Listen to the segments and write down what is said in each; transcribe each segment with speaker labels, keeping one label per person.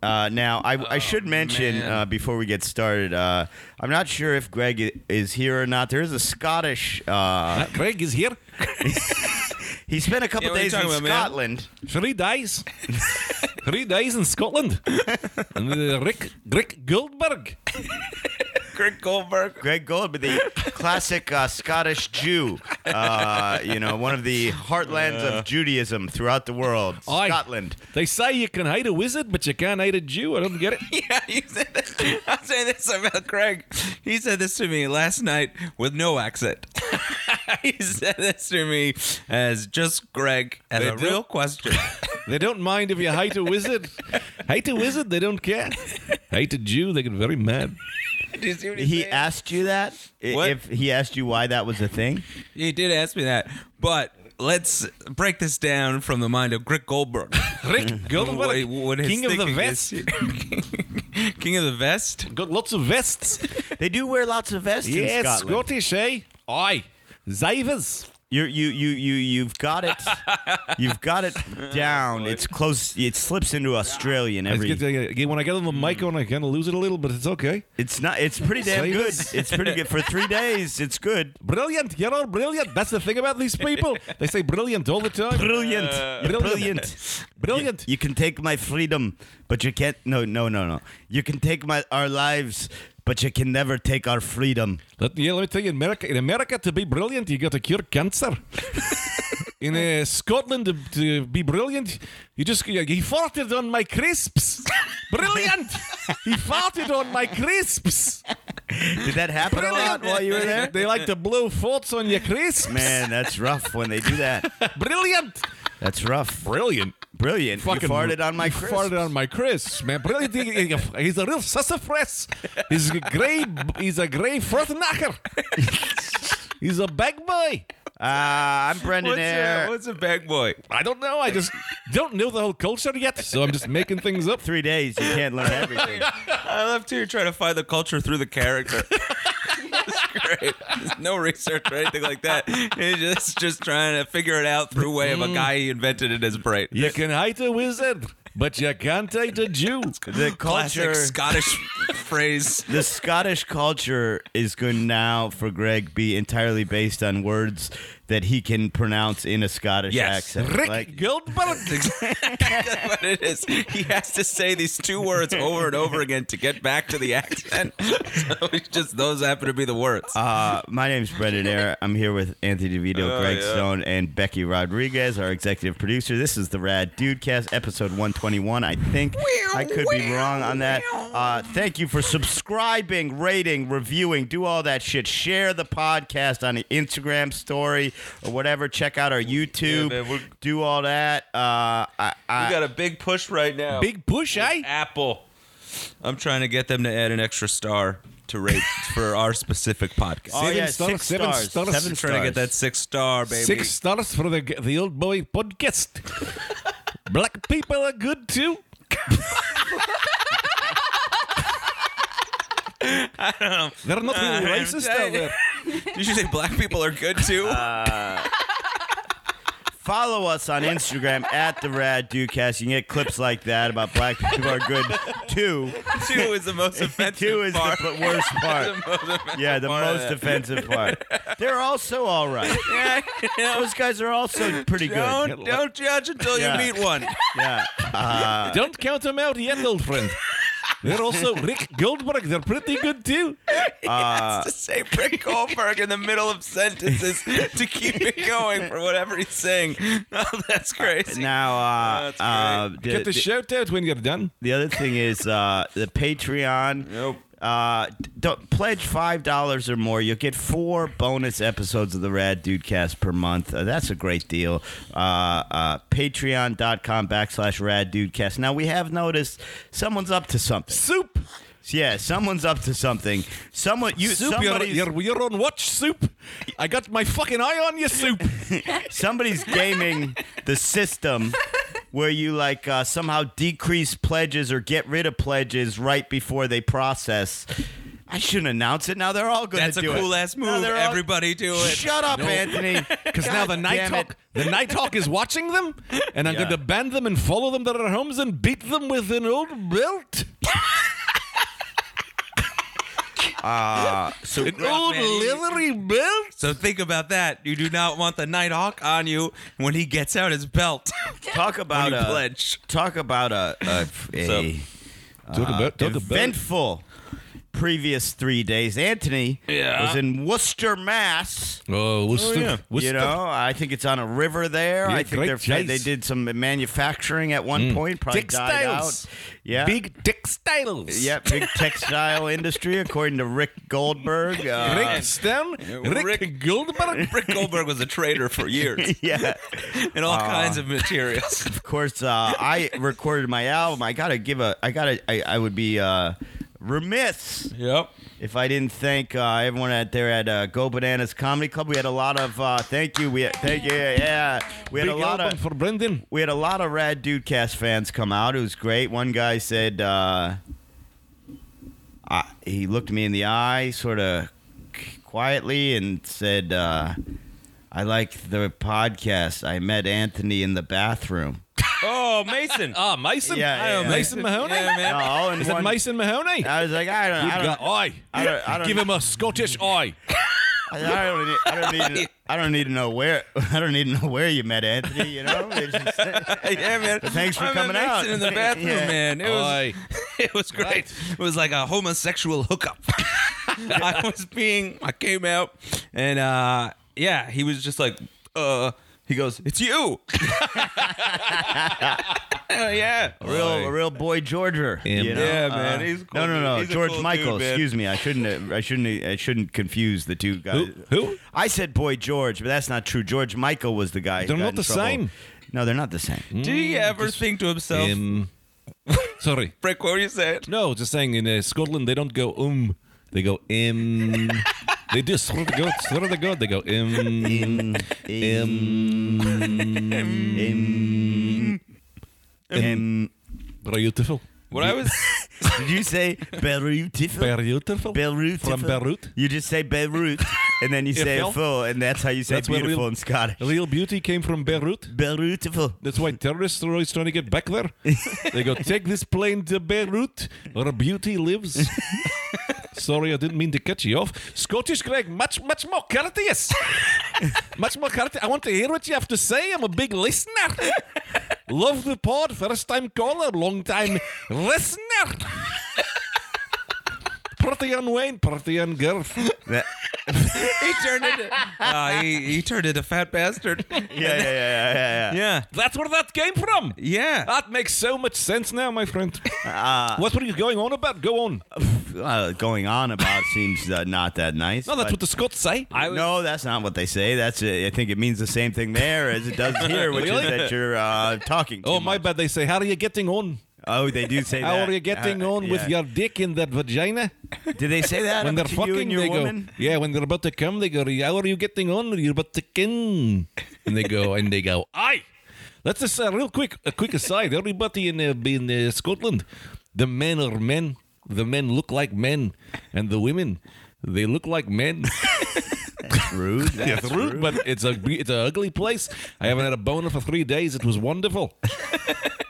Speaker 1: Uh, now, I, I should mention
Speaker 2: Oh, man.
Speaker 1: uh, before we get started, uh, I'm not sure if Greg i- is here or not. There is a Scottish. Uh,
Speaker 3: Greg is here.
Speaker 1: he spent a couple
Speaker 2: Yeah, what are you
Speaker 1: days in
Speaker 2: talking about, man?
Speaker 1: Scotland.
Speaker 3: Three days. Three days in Scotland. And uh, Rick, Rick Goldberg.
Speaker 2: Greg Goldberg.
Speaker 1: Greg Goldberg, the classic uh, Scottish Jew, uh, you know, one of the heartlands of Judaism throughout the world,
Speaker 3: Aye.
Speaker 1: Scotland.
Speaker 3: They say you can hate a wizard, but you can't hate a Jew. I don't get it.
Speaker 2: Yeah, you said that. I'm saying this about Craig. He said this to me last night with no accent. he said this to me as just Greg as
Speaker 3: They
Speaker 2: a
Speaker 3: do?
Speaker 2: real question.
Speaker 3: They don't mind if you hate a wizard. Hate a wizard, they don't care. Hate a Jew, they get very mad.
Speaker 2: Do you see what
Speaker 1: He
Speaker 2: saying?
Speaker 1: asked you that? I-
Speaker 2: What?
Speaker 1: If he asked you why that was a thing?
Speaker 2: He did ask me that, but let's break this down from the mind of Greg Goldberg.
Speaker 3: Rick
Speaker 2: What-
Speaker 3: Goldberg,
Speaker 2: what his
Speaker 3: king of the
Speaker 2: thinking
Speaker 3: vest.
Speaker 2: is. king of the vest.
Speaker 3: Got lots of vests.
Speaker 1: They do wear lots of vests in
Speaker 3: Yes,
Speaker 1: Scotland.
Speaker 3: Scottish, eh? Aye. Zavers.
Speaker 1: You're, you you you you've got it. you've got it down. It's close. It slips into Australian
Speaker 3: It's
Speaker 1: every.
Speaker 3: good to- again, when I get on the mic on, I kind of lose it a little, but it's okay.
Speaker 1: It's not. It's pretty damn
Speaker 3: Save
Speaker 1: good.
Speaker 3: us.
Speaker 1: It's pretty good for three days. It's good.
Speaker 3: Brilliant. You're all brilliant. That's the thing about these people. They say brilliant all the time.
Speaker 1: Brilliant.
Speaker 3: Uh,
Speaker 1: You're brilliant.
Speaker 3: Brilliant.
Speaker 1: You can take my freedom, but you can't. No, no, no, no. You can take my our lives, but you can never take our freedom.
Speaker 3: Let, yeah, let me tell you, in America, in America, to be brilliant, you got to cure cancer. in uh, Scotland, to, to be brilliant, you just you, he farted on my crisps. Brilliant! he farted on my crisps.
Speaker 1: Did that happen a lot while you were there?
Speaker 3: They like to blow farts on your crisps.
Speaker 1: Man, that's rough when they do that.
Speaker 3: Brilliant!
Speaker 1: That's rough.
Speaker 3: Brilliant!
Speaker 1: Brilliant. you farted on my
Speaker 3: you
Speaker 1: crisps.
Speaker 3: farted on my crisps, man. Brilliant! He- he- he's a real sassafras. He's a grey. He's a grey fartknacker. he's a bag boy.
Speaker 1: Ah, I'm Brendan
Speaker 2: What's
Speaker 1: Air.
Speaker 2: a, what's a bag boy?
Speaker 3: I don't know. I just don't know the whole culture yet, so I'm just making things up.
Speaker 1: three days, you can't learn everything.
Speaker 2: I love to try to find the culture through the character. It's great. There's no research or anything like that. He's just just trying to figure it out through way
Speaker 1: Mm.
Speaker 2: of a guy he invented in his brain.
Speaker 3: You can hate a wizard, but you can't hate a Jew.
Speaker 1: The culture,
Speaker 2: Classic Scottish phrase.
Speaker 1: the Scottish culture is going to now for Greg be entirely based on words that he can pronounce in a Scottish
Speaker 2: Yes.
Speaker 1: accent.
Speaker 3: Rick
Speaker 1: Like,
Speaker 3: Goldberg.
Speaker 2: That's what it is. He has to say these two words over and over again to get back to the accent. So it's just those happen to be the words.
Speaker 1: uh, my name's Brendan Air. I'm here with Anthony DeVito,
Speaker 2: Oh,
Speaker 1: Greg
Speaker 2: yeah.
Speaker 1: Stone, and Becky Rodriguez, our executive producer. This is the Rad Dudecast, episode 121. I think I could be wrong on that. Uh, thank you for subscribing, rating, reviewing, do all that shit. Share the podcast on the Instagram story or whatever. Check out our YouTube.
Speaker 2: man, we're-
Speaker 1: do all that. Uh, I, I,
Speaker 2: we got a big push right now.
Speaker 3: Big push, eh?
Speaker 2: Apple. I'm trying to get them to add an extra star to rate for our specific podcast.
Speaker 1: Oh,
Speaker 3: Seven
Speaker 1: yeah,
Speaker 3: stars,
Speaker 1: six
Speaker 3: seven
Speaker 1: stars.
Speaker 3: stars.
Speaker 1: Seven
Speaker 2: trying to get that six star, baby.
Speaker 3: Six stars for the the old boy podcast. Black people are good too. They're not really
Speaker 2: I'm
Speaker 3: racist
Speaker 2: saying-
Speaker 3: out there.
Speaker 2: Did you say black people are good too?
Speaker 1: Follow us on Instagram at the Rad Dudecast. You can get clips like that about black people are good too.
Speaker 2: two is the most offensive
Speaker 1: Two is
Speaker 2: part.
Speaker 1: the p- worst part.
Speaker 2: The most offensive
Speaker 1: Yeah, the
Speaker 2: part of
Speaker 1: most
Speaker 2: that.
Speaker 1: offensive part. They're also all right.
Speaker 2: Yeah, you know,
Speaker 1: Those guys are also pretty good.
Speaker 2: don't don't judge until
Speaker 1: Yeah.
Speaker 2: you meet one.
Speaker 1: Yeah.
Speaker 3: Don't count them out yet, old friend. They're also Rick Goldberg. They're pretty good too.
Speaker 2: It's to say Rick Goldberg in the middle of sentences to keep it going for whatever he's saying. Oh, that's crazy.
Speaker 1: Now, uh,
Speaker 2: That's
Speaker 1: uh, the,
Speaker 3: Get the
Speaker 1: the,
Speaker 3: shout out when you're done.
Speaker 1: the other thing is uh, the Patreon.
Speaker 2: Nope.
Speaker 1: Uh, d- don't pledge five dollars or more. You'll get four bonus episodes of the Rad Dudecast per month. Uh, that's a great deal. Uh, uh, Patreon.com backslash Rad Dudecast. Now we have noticed someone's up to something.
Speaker 3: Soup.
Speaker 1: Yeah, someone's up to something. Someone you
Speaker 3: soup, you're,
Speaker 1: somebody's,
Speaker 3: you're, you're on watch, soup. I got my fucking eye on you, soup.
Speaker 1: somebody's gaming the system where you like uh, somehow decrease pledges or get rid of pledges right before they process. I shouldn't announce it. Now they're all going to
Speaker 2: That's a
Speaker 1: do it.
Speaker 2: cool ass
Speaker 1: Now
Speaker 2: move.
Speaker 1: they're all-
Speaker 2: Everybody do it.
Speaker 1: Shut up, Anthony.
Speaker 3: Because now the
Speaker 1: God
Speaker 3: night
Speaker 1: damn
Speaker 3: talk,
Speaker 1: it.
Speaker 3: the night talk is watching them, and I'm
Speaker 1: Yeah.
Speaker 3: going to ban them and follow them to their homes and beat them with an old belt,
Speaker 1: So
Speaker 3: an old
Speaker 2: man.
Speaker 3: leathery belt.
Speaker 2: So think about that. You do not want the Nighthawk on you when he gets out his belt.
Speaker 1: talk about
Speaker 2: you
Speaker 1: a
Speaker 2: pledge.
Speaker 1: talk about a, a, a
Speaker 3: Talk about, talk
Speaker 1: eventful previous three days. Anthony
Speaker 2: Yeah.
Speaker 1: was in Worcester, Mass.
Speaker 3: Oh, what's the,
Speaker 2: yeah.
Speaker 3: what's
Speaker 1: you
Speaker 3: the-
Speaker 1: know, I think it's on a river there.
Speaker 3: Yeah,
Speaker 1: I think
Speaker 3: great
Speaker 1: they're, fa-
Speaker 3: place.
Speaker 1: they did some manufacturing at one point. Probably died out.
Speaker 3: Textiles.
Speaker 1: Yeah.
Speaker 3: big textiles.
Speaker 1: yeah, big textile industry, according to Rick Goldberg. Uh,
Speaker 3: Rick Stern, Rick,
Speaker 2: Rick-
Speaker 3: Goldberg.
Speaker 2: Rick Goldberg was a trader for years
Speaker 1: yeah,
Speaker 2: in all kinds of materials.
Speaker 1: of course. Uh, I recorded my album. I gotta give a. I gotta. I, I would be uh, remiss
Speaker 2: Yep.
Speaker 1: if I didn't thank uh, everyone out there at uh, Go Bananas Comedy Club. We had a lot of uh, thank you. We had, thank you. Yeah, we had
Speaker 3: Big
Speaker 1: a lot
Speaker 3: album
Speaker 1: of
Speaker 3: for Brendan.
Speaker 1: we had a lot of rad Dudecast fans come out. It was great. One guy said uh, I, he looked me in the eye, sort of quietly, and said, uh, "I like the podcast. I met Anthony in the bathroom."
Speaker 2: Oh, Mason.
Speaker 3: Ah, Mason.
Speaker 1: Yeah, yeah,
Speaker 3: I know,
Speaker 1: yeah.
Speaker 3: Mason Mahoney.
Speaker 2: Yeah, man.
Speaker 1: No, all in
Speaker 3: Is
Speaker 1: one-
Speaker 3: it Mason Mahoney?
Speaker 1: I was like, I don't,
Speaker 3: Good
Speaker 1: I
Speaker 3: guy.
Speaker 1: don't,
Speaker 3: Eye.
Speaker 1: I don't, I don't,
Speaker 3: Give him a Scottish eye.
Speaker 1: I don't, need, I don't need, to- I don't need to know where, I don't need to know where you met Anthony. You know, It's just-
Speaker 2: yeah, man.
Speaker 1: thanks for
Speaker 2: I met
Speaker 1: coming
Speaker 2: Mason
Speaker 1: out.
Speaker 2: in the bathroom,
Speaker 1: Yeah.
Speaker 2: man. It was,
Speaker 3: Oi.
Speaker 2: it was great. It was like a homosexual hookup. I was being, I came out, and uh, yeah, he was just like, uh, he goes, it's you. Oh, yeah.
Speaker 1: a real, a real boy Georger.
Speaker 3: Yeah,
Speaker 1: you know? Uh,
Speaker 2: yeah, man, he's a cool
Speaker 1: no, no, no,
Speaker 2: dude. He's a
Speaker 1: George
Speaker 2: cool
Speaker 1: Michael.
Speaker 2: dude, man.
Speaker 1: excuse me, I shouldn't, I shouldn't, I shouldn't confuse the two guys.
Speaker 3: Who? Who?
Speaker 1: I said boy George, but that's not true. George Michael was the guy. who
Speaker 3: They're
Speaker 1: got
Speaker 3: not
Speaker 1: in
Speaker 3: the
Speaker 1: trouble.
Speaker 3: same. Mm.
Speaker 1: No, they're not the same.
Speaker 2: Did he
Speaker 1: Mm,
Speaker 2: ever think to himself,
Speaker 3: Um, sorry.
Speaker 2: Brick, what were you saying?
Speaker 3: No, just saying in uh, Scotland they don't go um, they go im. they do swear to God, swear to God, they go im,
Speaker 1: Im,
Speaker 3: im,
Speaker 1: im, im.
Speaker 3: beautiful,
Speaker 2: What I was,
Speaker 1: Did you say beautiful?
Speaker 3: beautiful.
Speaker 1: Beirut.
Speaker 3: From Beirut?
Speaker 1: You just say Beirut, and then you say
Speaker 3: Eiffel?
Speaker 1: full, and that's how you say
Speaker 3: That's where
Speaker 1: beautiful
Speaker 3: we'll-
Speaker 1: in Scottish.
Speaker 3: Real beauty came from Beirut.
Speaker 1: Beautiful.
Speaker 3: That's why terrorists are always trying to get back there. they go, take this plane to Beirut, where beauty lives. Sorry, I didn't mean to cut you off. Scottish Greg, much, much more courteous. much more courteous. I want to hear what you have to say. I'm a big listener. Love the pod. First time caller, long time listener. Pretty on Wayne, pretty on girl.
Speaker 1: That-
Speaker 2: he turned into, uh, he, he turned into fat bastard.
Speaker 1: yeah, yeah, yeah, yeah, yeah, yeah.
Speaker 2: Yeah.
Speaker 3: That's where that came from.
Speaker 2: Yeah.
Speaker 3: That makes so much sense now, my friend. what were you going on about? Go on.
Speaker 1: Uh, going on about seems uh, not that nice.
Speaker 3: No, that's
Speaker 1: but-
Speaker 3: what the Scots say.
Speaker 2: I was-
Speaker 1: no, that's not what they say. That's uh, I think it means the same thing there as it does here, which
Speaker 3: Really?
Speaker 1: is that you're uh, talking. too
Speaker 3: oh, my
Speaker 1: much.
Speaker 3: bad. They say, How are you getting on?
Speaker 1: Oh, they do say
Speaker 3: How
Speaker 1: that.
Speaker 3: are you getting
Speaker 1: Uh,
Speaker 3: on with
Speaker 1: yeah.
Speaker 3: your dick in that vagina?
Speaker 1: Did they say that
Speaker 3: When they're
Speaker 1: to
Speaker 3: fucking,
Speaker 1: you and your
Speaker 3: they
Speaker 1: woman?
Speaker 3: go, Yeah, when they're about to come, they go, How are you getting on? You're about to kin. And they go, And they go, Aye. Let's just uh, real quick, a quick aside. Everybody in, uh, in uh, Scotland, the men are men. The men look like men. And the women, they look like men.
Speaker 1: Rude.
Speaker 3: Yeah,
Speaker 1: That's
Speaker 3: it's rude, but it's a be- it's an ugly place. I haven't had a boner for three days. It was wonderful.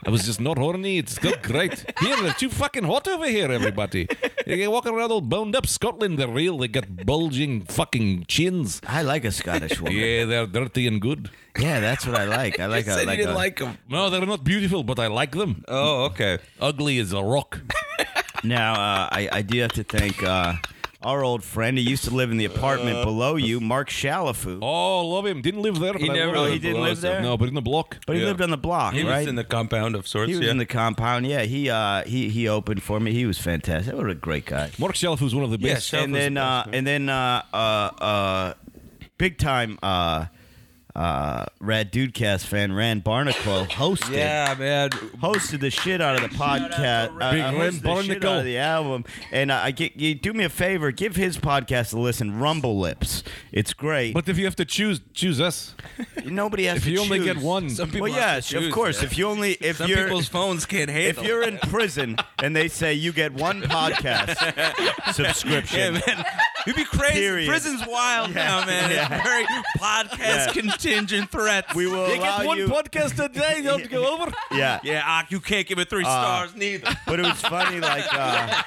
Speaker 3: I was just not horny. It's still great. Here, they're too fucking hot over here, everybody. You're walking around all boned up. Scotland, they're real. They got bulging fucking chins.
Speaker 1: I like a Scottish woman. Yeah,
Speaker 3: Yeah, they're dirty and good.
Speaker 1: that's what I like. I like a
Speaker 2: said
Speaker 1: like
Speaker 2: he didn't
Speaker 1: a,
Speaker 2: like him.
Speaker 3: No, they're not beautiful, but I like them.
Speaker 2: Oh, okay.
Speaker 3: Ugly as a rock.
Speaker 1: Now, uh, I, I do have to thank uh, our old friend who used to live in the apartment
Speaker 2: Uh,
Speaker 1: below you, Mark Shalafu.
Speaker 3: Oh, love him. Didn't live there. But
Speaker 2: He
Speaker 3: I
Speaker 2: never
Speaker 3: love him.
Speaker 1: he didn't live there?
Speaker 3: No, but in the block.
Speaker 1: but he
Speaker 2: yeah.
Speaker 1: lived on the block,
Speaker 2: He
Speaker 1: right?
Speaker 2: was in the compound of sorts.
Speaker 1: he was
Speaker 2: yeah.
Speaker 1: in the compound. Yeah, he uh, he he opened for me. He was fantastic. What a great guy. uh,
Speaker 3: Mark Shelf was one of the
Speaker 2: Yeah,
Speaker 3: best.
Speaker 2: Shelf
Speaker 1: and
Speaker 2: was
Speaker 1: then
Speaker 2: the
Speaker 1: uh,
Speaker 2: best,
Speaker 1: and then uh, uh, uh, big time uh, uh, Rad Dudecast fan Rand Barnacle hosted
Speaker 2: Yeah, man.
Speaker 1: hosted the shit out of the podcast. Uh,
Speaker 3: Big
Speaker 1: hosted
Speaker 3: Ren
Speaker 1: the shit
Speaker 3: Barnacle.
Speaker 1: out of the album, and uh, I get, you do me a favor, give his podcast a listen. Rumble Lips, it's great.
Speaker 3: But if you have to choose, choose us.
Speaker 1: nobody has
Speaker 3: If
Speaker 1: to
Speaker 3: you only
Speaker 1: choose.
Speaker 3: get one,
Speaker 2: Some people
Speaker 1: Well,
Speaker 2: have to
Speaker 1: yes, of
Speaker 2: choose,
Speaker 1: course.
Speaker 2: man.
Speaker 1: If you only if
Speaker 2: Some
Speaker 1: you're
Speaker 2: people's phones can't
Speaker 1: if
Speaker 2: handle.
Speaker 1: you're in prison and they say you get one podcast
Speaker 2: Yeah,
Speaker 1: subscription,
Speaker 2: man. You'd be crazy.
Speaker 1: Period.
Speaker 2: Prison's wild now, man. It's very podcast contingent threats.
Speaker 1: we will
Speaker 3: You
Speaker 1: allow
Speaker 3: get one
Speaker 1: you.
Speaker 3: podcast a day, you have to go over.
Speaker 1: yeah,
Speaker 2: Yeah, ah, you can't give it three stars neither.
Speaker 1: but it was funny. Like uh,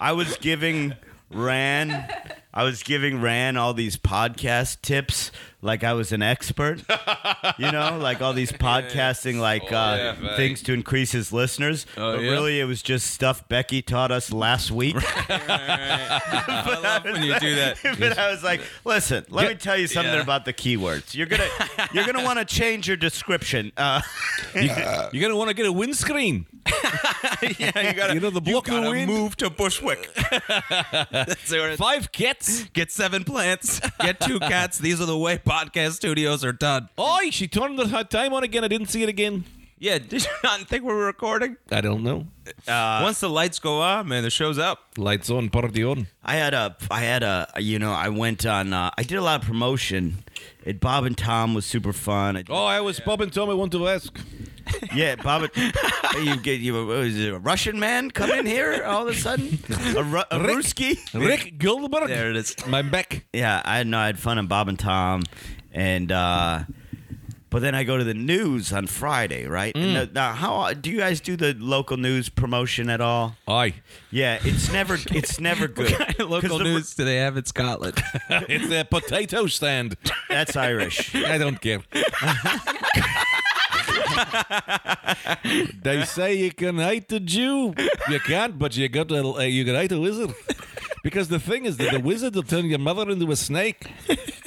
Speaker 1: I was giving Ran, I was giving Ran all these podcast tips, like I was an expert. You know, like all these podcasting, like uh,
Speaker 2: Oh, yeah, right.
Speaker 1: things to increase his listeners.
Speaker 2: Oh,
Speaker 1: but
Speaker 2: yeah?
Speaker 1: really, it was just stuff Becky taught us last week.
Speaker 2: I love when you do that.
Speaker 1: but I was like, listen, let me tell you something
Speaker 2: Yeah.
Speaker 1: about the keywords. You're gonna you're gonna want to change your description. Uh,
Speaker 3: You're gonna want to get a windscreen.
Speaker 2: Yeah, you gotta,
Speaker 3: You know, the block
Speaker 2: gotta
Speaker 3: of wind.
Speaker 2: move to Bushwick. That's what it-
Speaker 3: Five cats.
Speaker 2: Get seven plants. Get two cats. These are the way podcast studios are done.
Speaker 3: Oi, she turned her time on again. I didn't see it again.
Speaker 2: Yeah, did you not think we were recording?
Speaker 3: I don't know.
Speaker 2: Once the lights go on, man, the show's up.
Speaker 3: Lights on, party on.
Speaker 1: I had a, I had a, you know, I went on, uh, I did a lot of promotion. It Bob and Tom was super fun. I did-
Speaker 3: Oh, I was Bob and Tom. I want to ask.
Speaker 1: Yeah, Bob, and, you get you what is it, a Russian man come in here all of a sudden, a, Ru- a
Speaker 3: Rick.
Speaker 1: Ruski.
Speaker 3: Rick Goldberg.
Speaker 2: There it is.
Speaker 3: My back.
Speaker 1: Yeah, I know I had fun on Bob and Tom, and uh, but then I go to the news on Friday, right? And the- now, how do you guys do the local news promotion at all?
Speaker 3: Oi.
Speaker 1: Yeah, it's never it's never good. 'Cause
Speaker 2: Local
Speaker 1: the-
Speaker 2: news do they have in Scotland?
Speaker 3: it's a potato stand.
Speaker 1: That's Irish.
Speaker 3: I don't care. they say you can hate the Jew. You can't, but you got a, uh, you can hate a wizard. Because the thing is that the wizard will turn your mother into a snake.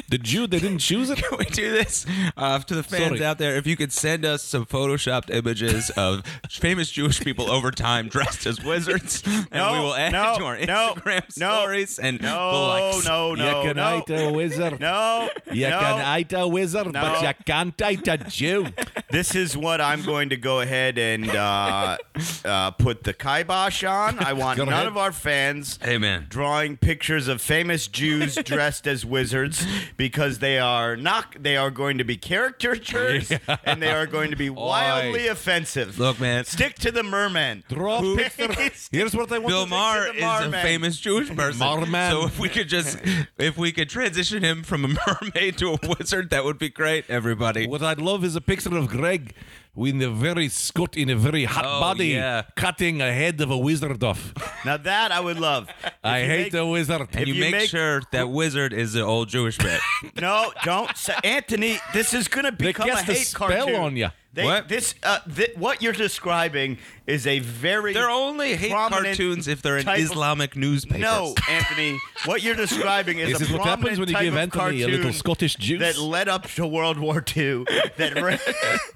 Speaker 3: The Jew, they didn't choose it.
Speaker 2: we do this uh, to the fans
Speaker 3: Sorry.
Speaker 2: out there. If you could send us some photoshopped images of famous Jewish people over time dressed as wizards, and
Speaker 1: No,
Speaker 2: we will add
Speaker 1: no,
Speaker 2: to our
Speaker 1: no,
Speaker 2: Instagram
Speaker 1: no,
Speaker 2: stories and the
Speaker 1: No,
Speaker 2: likes.
Speaker 1: no, no,
Speaker 3: you can
Speaker 1: no,
Speaker 3: hate a wizard.
Speaker 1: no,
Speaker 3: You
Speaker 1: no.
Speaker 3: can hate a wizard, but
Speaker 1: No.
Speaker 3: you can't hate a Jew.
Speaker 1: This is what I'm going to go ahead and uh, uh, put the kibosh on. I want
Speaker 3: Go
Speaker 1: none
Speaker 3: ahead.
Speaker 1: of our fans
Speaker 2: Amen.
Speaker 1: drawing pictures of famous Jews dressed as wizards because they are not. They are going to be caricatures and they are going to be wildly offensive.
Speaker 2: Look, man.
Speaker 1: stick to the merman.
Speaker 3: Draw a picture. Here's what I want
Speaker 2: Bill
Speaker 3: to
Speaker 2: Maher
Speaker 1: the
Speaker 2: is a
Speaker 1: Marman.
Speaker 2: famous Jewish person.
Speaker 3: Marman.
Speaker 2: So if we could just, if we could transition him from a mermaid to a wizard, that would be great, everybody.
Speaker 3: What I'd love is a picture of Greg in a very Scot in a very hot
Speaker 2: Oh,
Speaker 3: body
Speaker 2: yeah.
Speaker 3: cutting a head of a wizard off.
Speaker 1: Now that I would love. If
Speaker 3: I
Speaker 1: you
Speaker 3: hate
Speaker 1: make-
Speaker 3: the wizard.
Speaker 2: And you,
Speaker 1: you
Speaker 2: make,
Speaker 1: make-
Speaker 2: sure that wizard is an old Jewish man.
Speaker 1: No, don't, say, Anthony. This is going to become
Speaker 3: cast
Speaker 1: a
Speaker 3: a
Speaker 1: hate
Speaker 3: spell
Speaker 1: cartoon.
Speaker 3: on ya.
Speaker 1: They,
Speaker 2: What?
Speaker 1: This, uh, thi- what you're describing is a very.
Speaker 2: they're only hate
Speaker 1: prominent
Speaker 2: cartoons if they're in
Speaker 1: type of-
Speaker 2: Islamic newspapers.
Speaker 1: No, Anthony. What you're describing is
Speaker 3: This
Speaker 1: a
Speaker 3: is what
Speaker 1: prominent
Speaker 3: happens when you
Speaker 1: type
Speaker 3: give
Speaker 1: of
Speaker 3: Anthony a little
Speaker 1: cartoon
Speaker 3: Scottish juice.
Speaker 1: that led up to World War II. That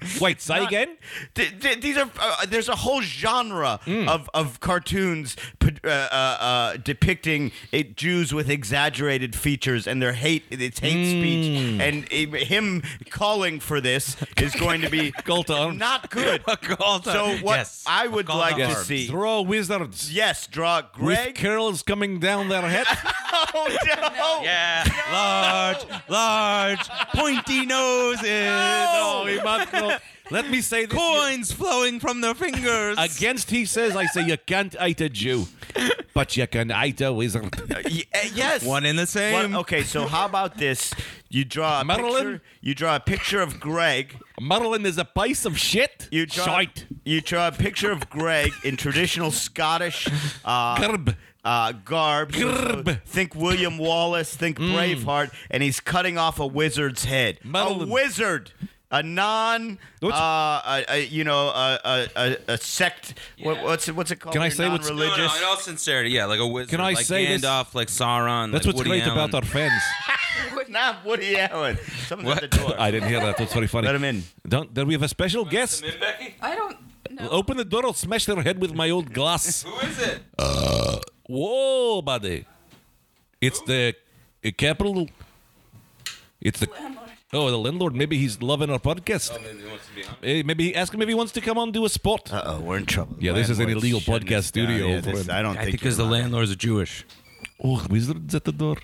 Speaker 1: re-
Speaker 3: Wait, say again.
Speaker 1: Th- th- these are uh, there's a whole genre of of cartoons p- uh, uh, uh, depicting it, Jews with exaggerated features and their hate. It's hate speech, and uh, him calling for this is going to be
Speaker 3: Call to arms.
Speaker 1: not good.
Speaker 2: Called,
Speaker 1: So what
Speaker 2: yes.
Speaker 1: I would
Speaker 2: Call
Speaker 1: like
Speaker 2: to
Speaker 1: to
Speaker 2: arms.
Speaker 1: see.
Speaker 3: Draw wizards
Speaker 1: Yes, draw
Speaker 3: with
Speaker 1: Greg.
Speaker 3: curls coming down their head.
Speaker 1: oh, no.
Speaker 2: Yeah. Large, large, pointy noses.
Speaker 3: Oh, he must go- Let me say this.
Speaker 2: Coins flowing from their fingers.
Speaker 3: Against he says, I say you can't eat a Jew, but you can eat a wizard.
Speaker 1: Y- uh, yes.
Speaker 2: One in the
Speaker 1: What-
Speaker 2: same.
Speaker 1: okay, so how about this? You draw a
Speaker 3: Marilyn?
Speaker 1: picture. You draw a picture of Greg.
Speaker 3: Merlin is a piece of shit.
Speaker 1: You draw,
Speaker 3: Shite.
Speaker 1: you draw a picture of Greg in traditional Scottish uh,
Speaker 3: Gerb.
Speaker 1: uh, garb. So-
Speaker 3: Grrb.
Speaker 1: think William Wallace, think
Speaker 3: Mm.
Speaker 1: Braveheart, and he's cutting off a wizard's head. A
Speaker 3: Madeline.
Speaker 1: wizard. A non, uh,
Speaker 3: What's-
Speaker 1: a, a, you know, a, a, a, a sect. What, what's it? What's it called?
Speaker 3: Can I
Speaker 1: You're
Speaker 3: say what's- No,
Speaker 1: non-religious?
Speaker 2: No, no, in all sincerity, yeah, like a wizard.
Speaker 3: Can I
Speaker 2: like
Speaker 3: say this?
Speaker 2: Gandalf, like Sauron.
Speaker 3: That's
Speaker 2: like
Speaker 3: what's
Speaker 2: Woody
Speaker 3: great about
Speaker 2: Allen.
Speaker 3: our fans.
Speaker 1: Not Woody Allen. Someone's
Speaker 2: What?
Speaker 1: at the door.
Speaker 3: I didn't hear that. That's very funny.
Speaker 1: Let him in.
Speaker 3: Don't. Then we have a special guest.
Speaker 4: I don't know.
Speaker 3: Open the door. I'll smash their head with my old glass.
Speaker 2: Who is it?
Speaker 3: Whoa, buddy! It's the uh, capital. It's the
Speaker 4: landlord.
Speaker 3: Oh, the landlord. Maybe he's loving our podcast.
Speaker 2: Maybe he wants to be on.
Speaker 3: Hey, maybe ask him if he wants to come on do a spot.
Speaker 1: Uh oh, we're in trouble.
Speaker 3: Yeah, this is an
Speaker 1: Landlord's
Speaker 3: illegal
Speaker 1: shutting
Speaker 3: podcast
Speaker 1: us down.
Speaker 3: studio
Speaker 1: Yeah, this-
Speaker 3: for-
Speaker 1: I don't
Speaker 2: I think
Speaker 1: think
Speaker 2: because the landlords are Jewish.
Speaker 3: oh, wizards at the door.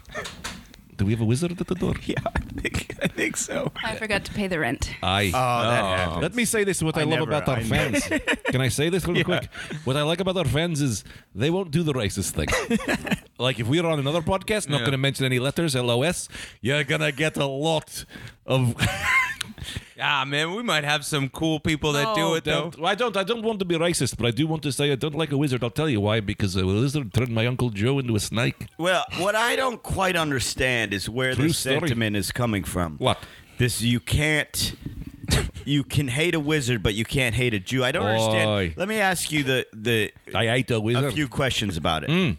Speaker 3: Do we have a wizard at the door?
Speaker 1: Yeah, I think I think so.
Speaker 4: I forgot to pay the rent.
Speaker 3: Aye.
Speaker 1: Oh, that happened.
Speaker 3: Let me say this: what I,
Speaker 1: I
Speaker 3: love
Speaker 1: never-
Speaker 3: about our
Speaker 1: I never-
Speaker 3: fans. Can I say this real quick? What I like about our fans is they won't do the racist thing. like if we were on another podcast, not
Speaker 2: Yeah.
Speaker 3: going to mention any letters, LOS. You're gonna get a lot of.
Speaker 2: Ah, man, we might have some cool people that do
Speaker 4: No.
Speaker 2: it though.
Speaker 3: Don't- I don't. I don't want to be racist, but I do want to say I don't like a wizard. I'll tell you why. Because a lizard turned my uncle Joe into a snake.
Speaker 1: Well, what I don't quite understand is where
Speaker 3: True
Speaker 1: this
Speaker 3: story.
Speaker 1: sentiment is coming from.
Speaker 3: What?
Speaker 1: This you can't you can hate a wizard but you can't hate a Jew. I don't
Speaker 3: Oy.
Speaker 1: understand. Let me ask you the the
Speaker 3: I Hmm. hate a wizard.
Speaker 1: a few questions about it.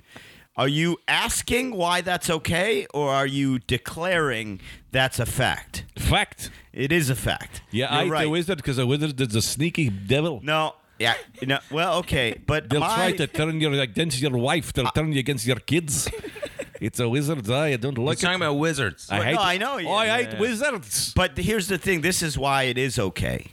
Speaker 1: Are you asking why that's okay or are you declaring that's a fact?
Speaker 3: Fact.
Speaker 1: It is a fact.
Speaker 3: Yeah,
Speaker 1: You're
Speaker 3: I hate
Speaker 1: right.
Speaker 3: a wizard because a wizard is a sneaky devil.
Speaker 1: No. Yeah. No, well, okay, but
Speaker 3: They'll
Speaker 1: my,
Speaker 3: try to turn you against your wife. They'll turn you against your kids. It's a wizard. I don't
Speaker 2: We're
Speaker 3: like it.
Speaker 2: talking about wizards.
Speaker 3: I
Speaker 1: Well,
Speaker 3: hate. Oh,
Speaker 1: no, I know, yeah,
Speaker 3: I
Speaker 1: yeah,
Speaker 3: hate
Speaker 2: yeah.
Speaker 3: wizards.
Speaker 1: But here's the thing: this is why it is okay,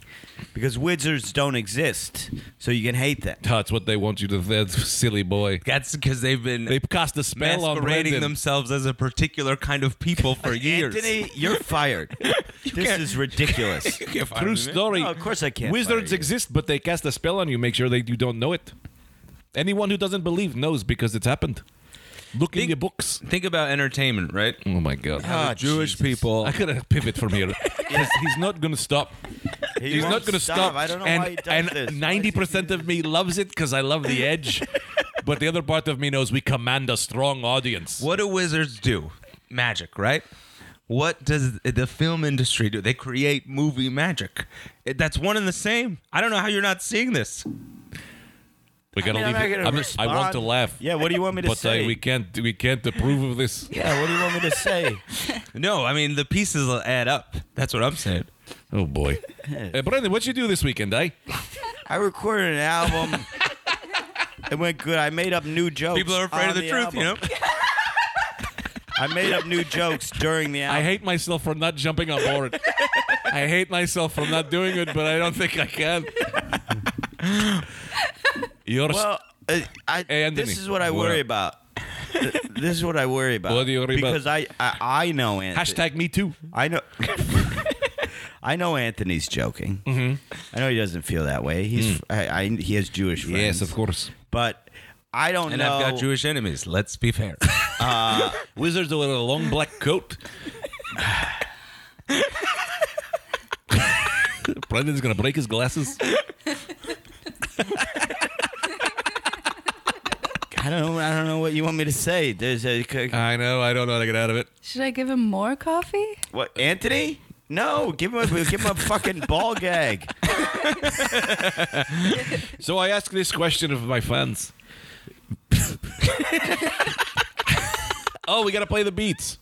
Speaker 1: because wizards don't exist, so you can hate them.
Speaker 3: That's what they want you to. That's silly boy.
Speaker 2: That's because they've been
Speaker 3: They cast a spell on
Speaker 2: masquerading
Speaker 3: Brandon.
Speaker 2: themselves as a particular kind of people for years.
Speaker 1: Anthony, you're fired. this
Speaker 2: can't-
Speaker 1: is ridiculous.
Speaker 2: You can't fire
Speaker 3: True
Speaker 2: me, man.
Speaker 3: story.
Speaker 1: No, of course I can't
Speaker 3: Wizards
Speaker 1: fire you.
Speaker 3: exist, but they cast a spell on you. Make sure that you don't know it. Anyone who doesn't believe knows because it's happened. Look in
Speaker 2: Think-
Speaker 3: your books.
Speaker 2: Think about entertainment, right?
Speaker 3: Oh my god.
Speaker 1: Ah,
Speaker 2: Jewish
Speaker 1: Jesus.
Speaker 2: people.
Speaker 3: I gotta pivot from here. 'Cause he's not gonna stop.
Speaker 1: He
Speaker 3: He's
Speaker 1: won't
Speaker 3: not gonna stop.
Speaker 1: I don't know
Speaker 3: and,
Speaker 1: why he does
Speaker 3: and
Speaker 1: this.
Speaker 3: ninety percent of me loves it because I love the edge, but the other part of me knows we command a strong audience.
Speaker 2: What do wizards do? Magic, right? What does the film industry do? They create movie magic. It- That's one and the same. I don't know how you're not seeing this.
Speaker 3: We gotta
Speaker 1: I mean, I'm
Speaker 3: leave.
Speaker 1: not
Speaker 3: it.
Speaker 1: gonna
Speaker 3: I'm- I want
Speaker 1: respond.
Speaker 3: to laugh.
Speaker 1: Yeah, what do you want me to
Speaker 3: but
Speaker 1: say?
Speaker 3: I, we can't we can't approve of this.
Speaker 1: yeah, what do you want me to say?
Speaker 2: No, I mean the pieces will add up. That's what I'm saying.
Speaker 3: Oh boy, uh, Brendan, what you do this weekend? eh? I
Speaker 1: I recorded an album. It went good. I made up new jokes.
Speaker 2: People are afraid
Speaker 1: on
Speaker 2: of the, truth,
Speaker 1: album.
Speaker 2: you know.
Speaker 1: I made up new jokes during the
Speaker 3: I
Speaker 1: album.
Speaker 3: hate myself for not jumping on board. I hate myself for not doing it, but I don't think I can. You're
Speaker 1: well, uh, I,
Speaker 3: Hey, Anthony,
Speaker 1: this is what I
Speaker 3: what
Speaker 1: worry
Speaker 3: up?
Speaker 1: about. Th- This is what I worry about.
Speaker 3: What do you worry about?
Speaker 1: because I, I I know Anthony.
Speaker 3: hashtag me too.
Speaker 1: I know. I know Anthony's joking.
Speaker 3: Mm-hmm.
Speaker 1: I know he doesn't feel that way. He's
Speaker 3: Mm.
Speaker 1: I, I, he has Jewish friends.
Speaker 3: course.
Speaker 1: But I don't
Speaker 2: And
Speaker 1: know.
Speaker 2: I've got Jewish enemies. Let's be fair.
Speaker 3: Wizards with a long black coat. Brendan's gonna break his glasses.
Speaker 1: I don't. I don't know what you want me to say. There's a c-
Speaker 3: I know. I don't know how to get out of it.
Speaker 4: Should I give him more coffee?
Speaker 1: what Anthony. No, give him a give him a fucking ball gag.
Speaker 3: So I ask this question of my fans. oh, we got to play the beats.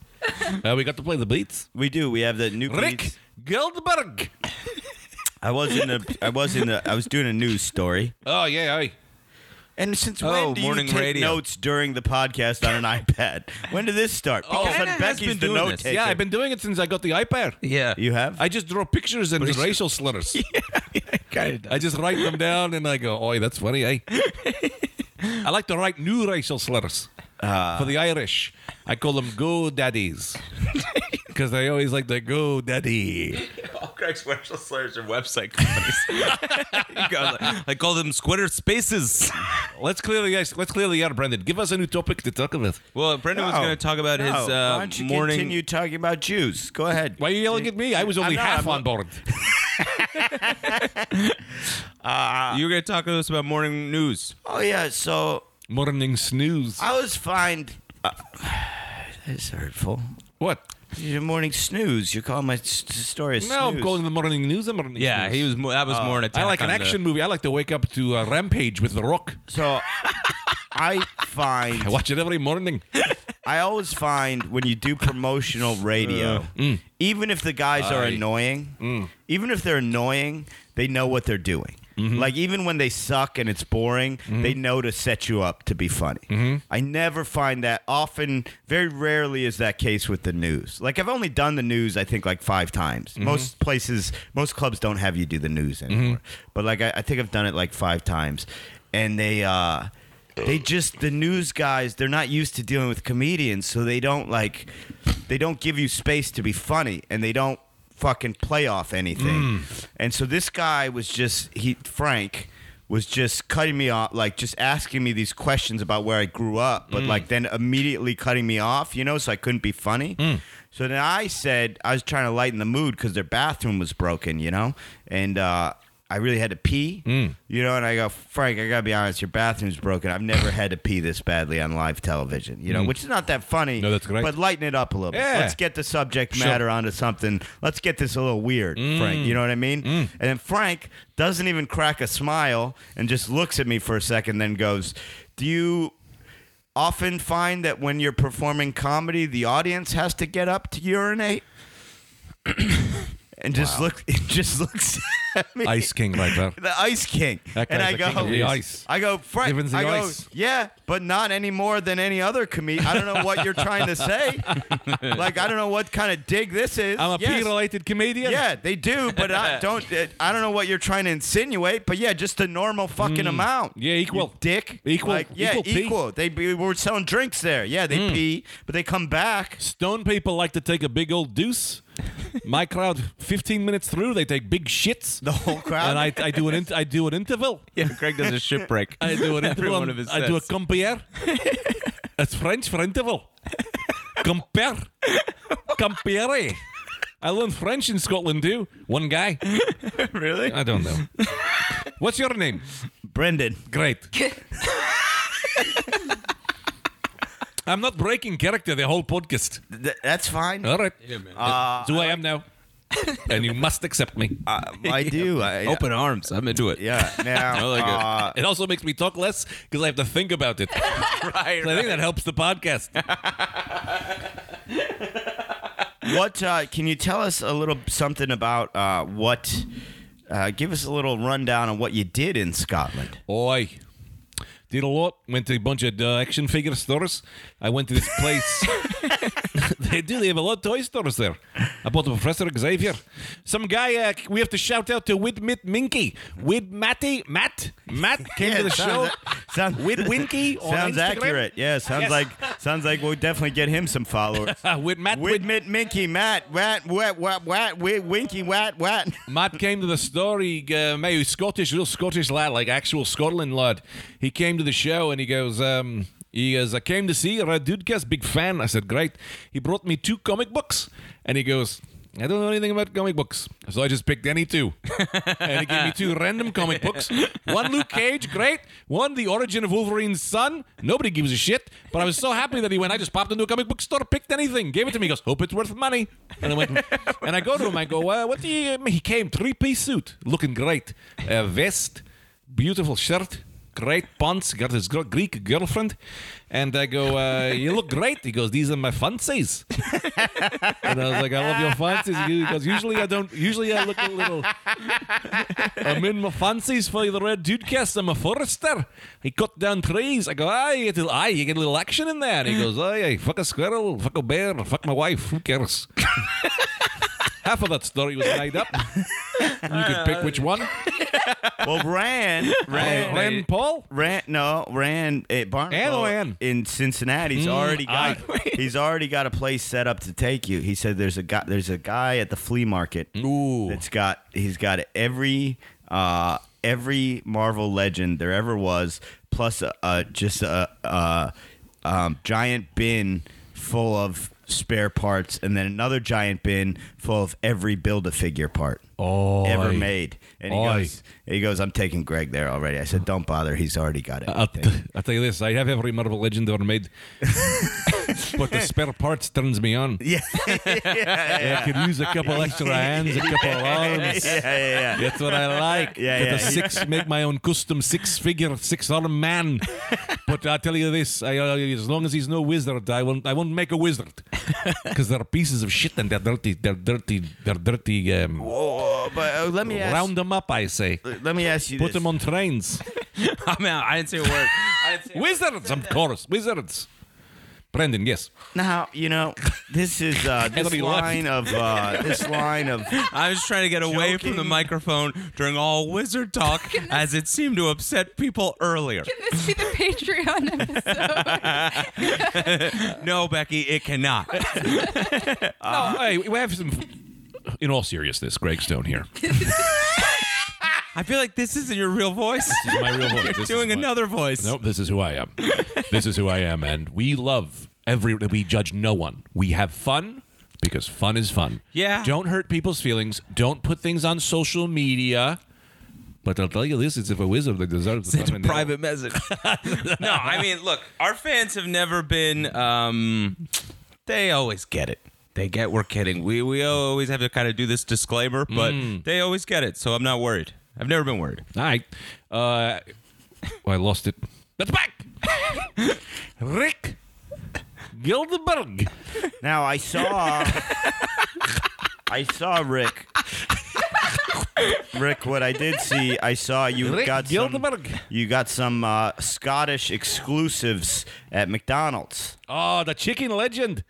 Speaker 3: Uh, we got to play the beats.
Speaker 1: We do. We have the new
Speaker 3: Rick
Speaker 1: beats.
Speaker 3: Goldberg.
Speaker 1: I was in the. I was in the. I was doing a news story.
Speaker 3: Oh yeah, aye.
Speaker 1: And since
Speaker 2: Oh,
Speaker 1: when do
Speaker 2: morning
Speaker 1: you take
Speaker 2: radio.
Speaker 1: notes during the podcast on an iPad? When did this start? Because
Speaker 2: Anna Oh, has
Speaker 1: Becky's
Speaker 2: been
Speaker 1: the
Speaker 2: doing
Speaker 1: note
Speaker 2: this.
Speaker 1: taker.
Speaker 3: yeah, I've been doing it since I got the iPad.
Speaker 2: yeah.
Speaker 1: You have?
Speaker 3: I just draw pictures and
Speaker 2: he's-
Speaker 3: racial slurs.
Speaker 1: kind
Speaker 3: I just write them down and I go, "Oi, that's funny, eh?" I like to write new racial slurs
Speaker 1: Ah.
Speaker 3: for the Irish. I call them "go daddies" because they always like to "go daddy."
Speaker 2: All Craig's racial slurs are website companies. you got, like, I call them Squitter Spaces.
Speaker 3: Let's clear the ice. Let's clear the air, Brendan. Give us a new topic to talk about.
Speaker 2: Well, Brendan was
Speaker 1: No,
Speaker 2: going to talk about
Speaker 1: no.
Speaker 2: his
Speaker 1: Oh,
Speaker 2: uh,
Speaker 1: Why don't you
Speaker 2: morning.
Speaker 1: continue talking about Jews? Go ahead.
Speaker 3: Why are you yelling at me? I was only
Speaker 1: not-
Speaker 3: half
Speaker 1: I'm
Speaker 3: on board.
Speaker 2: You were going to talk to us about morning news.
Speaker 1: Oh yeah, so
Speaker 3: Morning snooze.
Speaker 1: I was fined. Uh, that's hurtful.
Speaker 3: What?
Speaker 1: Your morning snooze. You're calling my s- s- story a snooze.
Speaker 3: No, I'm calling the morning news. The morning
Speaker 2: Yeah,
Speaker 3: snooze.
Speaker 2: he was. More, that was more an attack.
Speaker 3: I like
Speaker 2: on
Speaker 3: an
Speaker 2: the-
Speaker 3: action movie. I like to wake up to uh, Rampage with The Rock.
Speaker 1: So I find
Speaker 3: I watch it every morning.
Speaker 1: I always find when you do promotional radio, even if the guys are
Speaker 2: Aye.
Speaker 1: annoying, even if they're annoying, they know what they're doing. Like even when they suck and it's boring, they know to set you up to be funny. I never find that often. Very rarely is that case with the news. Like I've only done the news I think like five times. Most places, most clubs don't have you do the news anymore. But like I, I think I've done it like five times, and they. uh they just the news guys they're not used to dealing with comedians so they don't like they don't give you space to be funny and they don't fucking play off anything and so this guy was just he frank was just cutting me off like just asking me these questions about where i grew up but like then immediately cutting me off you know so i couldn't be funny so then i said i was trying to lighten the mood because their bathroom was broken you know and uh I really had to pee,
Speaker 3: Mm.
Speaker 1: you know, and I go, Frank, I gotta be honest, your bathroom's broken. I've never had to pee this badly on live television, you know, which is not that funny.
Speaker 3: Mm. No, that's correct.
Speaker 1: But lighten it up a little bit.
Speaker 3: Yeah.
Speaker 1: Let's get the subject
Speaker 3: Sure. Mm.
Speaker 1: matter onto something. Let's get this a little weird, Frank. You know what I mean? And then Frank doesn't even crack a smile and just looks at me for a second, then goes, Do you often find that when you're performing comedy, the audience has to get up to urinate? and just look it just looks at me
Speaker 3: Ice King right there.
Speaker 1: the Ice King.
Speaker 3: That
Speaker 1: and
Speaker 3: guy's
Speaker 1: I
Speaker 3: the
Speaker 1: go,
Speaker 3: king of the ice.
Speaker 1: I go, Frank.
Speaker 3: Giving the
Speaker 1: I go,
Speaker 3: ice.
Speaker 1: yeah, but not any more than any other comedian. I don't know what you're trying to say. like, I don't know what kind of dig this is.
Speaker 3: I'm a
Speaker 1: Yes.
Speaker 3: pee-related comedian.
Speaker 1: Yeah, they do, but I don't. uh, I don't know what you're trying to insinuate, but yeah, just the normal fucking amount.
Speaker 3: Hmm. Yeah, equal.
Speaker 1: You dick.
Speaker 3: Equal-
Speaker 1: Like, yeah,
Speaker 3: equal pee. Hmm.
Speaker 1: They be, were selling drinks there. Yeah, they pee, but they come back.
Speaker 3: Stone people like to take a big old deuce. My crowd, 15 minutes through, they take big shits.
Speaker 1: The whole crowd.
Speaker 3: And I, I do an int- I do an interval.
Speaker 2: Yeah, Craig does a ship break.
Speaker 3: I do an
Speaker 2: Every
Speaker 3: interval.
Speaker 2: one of his
Speaker 3: I do a
Speaker 2: sets.
Speaker 3: compare. it's French for interval. Compare. Compare. I learned French in Scotland too. One guy.
Speaker 2: really?
Speaker 3: I don't know. What's your name?
Speaker 1: Brendan.
Speaker 3: Great. I'm not breaking character the whole podcast.
Speaker 1: Th- that's fine.
Speaker 3: All right.
Speaker 1: Uh,
Speaker 3: It's who I, am now. and you must accept me.
Speaker 1: I do. I,
Speaker 3: Oh.
Speaker 2: Open arms. I'm into it.
Speaker 1: Yeah. Now.
Speaker 2: I like it.
Speaker 1: uh,
Speaker 3: it also makes me talk less because I have to think about it.
Speaker 2: Right.
Speaker 3: I think that helps the podcast.
Speaker 1: what uh, can you tell us a little something about uh, what uh, give us a little rundown on what you did in scotland
Speaker 3: Oi. Did a lot. Went to a bunch of uh, action figure stores. I went to this place. they do. They have a lot of toy stores there. I bought a Professor Xavier. Some guy. Uh, we have to shout out to Widmit Minky. Wid Matty. Matt. Matt came to the show.
Speaker 1: sounds, sounds,
Speaker 3: Wid Winky. on
Speaker 1: sounds
Speaker 3: Instagram.
Speaker 1: accurate yeah sounds
Speaker 3: Yes.
Speaker 1: like sounds like we'll definitely get him some followers
Speaker 3: Uh, Wid Matt. Wid
Speaker 1: Widmit, Minky, Matt, Wat, Wat, Wat, Wat, Wid, Winky, Wat, Wat.
Speaker 3: Matt came to the store. He, uh, mate, he was Scottish, real Scottish lad, like actual Scotland lad. He came to the show and he goes, um, he goes, I came to see Red Dudecast, big fan. I said, great. He brought me two comic books, and he goes, I don't know anything about comic books, so I just picked any two, and he gave me two random comic books. One Luke Cage, great. One The Origin of Wolverine's Son. Nobody gives a shit, but I was so happy that he went. I just popped into a comic book store, picked anything, gave it to me. He goes, hope it's worth money. And I went, and I go to him. I go, uh, what do you? He came three piece suit, looking great, a vest, beautiful shirt. Great pants, got his gr- Greek girlfriend, and I go, uh, "You look great." He goes, "These are my fancies," and I was like, "I love your fancies." He goes, "Usually I don't. Usually I look a little I'm in my fancies for the Red Dude cast. I'm a forester. He cut down trees. I go, aye, you get a, aye, you get a little action in there. And he goes, aye, aye, fuck a squirrel, fuck a bear, fuck my wife. Who cares? Half of that story was made up. you could pick which one.
Speaker 1: Well, Rand,
Speaker 3: Ren,
Speaker 1: Rand,
Speaker 3: Paul.
Speaker 1: Rand, no, Rand at
Speaker 3: Ann
Speaker 1: Barnacle
Speaker 3: or Ann?
Speaker 1: in Cincinnati's already got he's already got a place set up to take you. He said there's a guy there's a guy at the flea market
Speaker 3: Ooh.
Speaker 1: that's got he's got every uh every Marvel legend there ever was plus a, a just a, a um, giant bin full of spare parts and then another giant bin full of every build a figure part
Speaker 3: Oi.
Speaker 1: ever made. And he
Speaker 3: Oi.
Speaker 1: goes, he goes, I'm taking Greg there already. I said, don't bother. He's already got it.
Speaker 3: I'll, t- I'll tell you this. I have every Marvel legend ever made, but the spare parts turns me on.
Speaker 1: yeah. yeah, yeah,
Speaker 3: I could use a couple extra hands, a couple arms.
Speaker 1: yeah, yeah.
Speaker 3: That's what I like.
Speaker 1: Yeah,
Speaker 3: Get
Speaker 1: yeah.
Speaker 3: a six, make my own custom six-figure, six-arm man. But I tell you this: I, uh, as long as he's no wizard, I won't. I won't make a wizard because they're pieces of shit and they're dirty. They're dirty. They're dirty. Um,
Speaker 1: Oh, So, but uh, let me ask.
Speaker 3: Round them up, I say.
Speaker 1: let me ask you
Speaker 3: Put
Speaker 1: this.
Speaker 3: them on trains.
Speaker 2: I'm out. I didn't say a word. I didn't say a
Speaker 3: Wizards, of course. Wizards. Brendan, yes.
Speaker 1: Now you know this is uh, this
Speaker 3: Everybody left.
Speaker 1: line of uh, this line of
Speaker 2: I was trying to get away from the
Speaker 1: Joking.
Speaker 2: microphone during all wizard talk, as it seemed to upset people earlier.
Speaker 4: Can this be the Patreon episode?
Speaker 2: No, Becky, it cannot.
Speaker 3: no, hey, we have some. In all seriousness, Greg Stone here. This
Speaker 2: I feel like this isn't your real voice.
Speaker 3: is my real voice. This is
Speaker 2: Doing
Speaker 3: my-
Speaker 2: another voice.
Speaker 3: Nope, this is who I am. This is who I am, and we love every. We judge no one. We have fun because fun is fun.
Speaker 2: Yeah.
Speaker 3: Don't hurt people's feelings. Don't put things on social media. But I'll tell you this: it's if a wizard that deserves the
Speaker 2: It's
Speaker 3: fun
Speaker 2: a
Speaker 3: and they-
Speaker 2: private message. no, I mean, look, our fans have never been. Um, they always get it. They get we're kidding. We we always have to kind of do this disclaimer, but they always get it. So I'm not worried. I've never been worried.
Speaker 3: All right. Uh, well, I lost it. That's back. Rick Gildenberg.
Speaker 1: now I saw I saw Rick. Rick, what I did see, I saw you
Speaker 3: Rick
Speaker 1: got some,
Speaker 3: Gildenberg.
Speaker 1: you got some uh, Scottish exclusives at McDonald's.
Speaker 3: Oh, the chicken legend.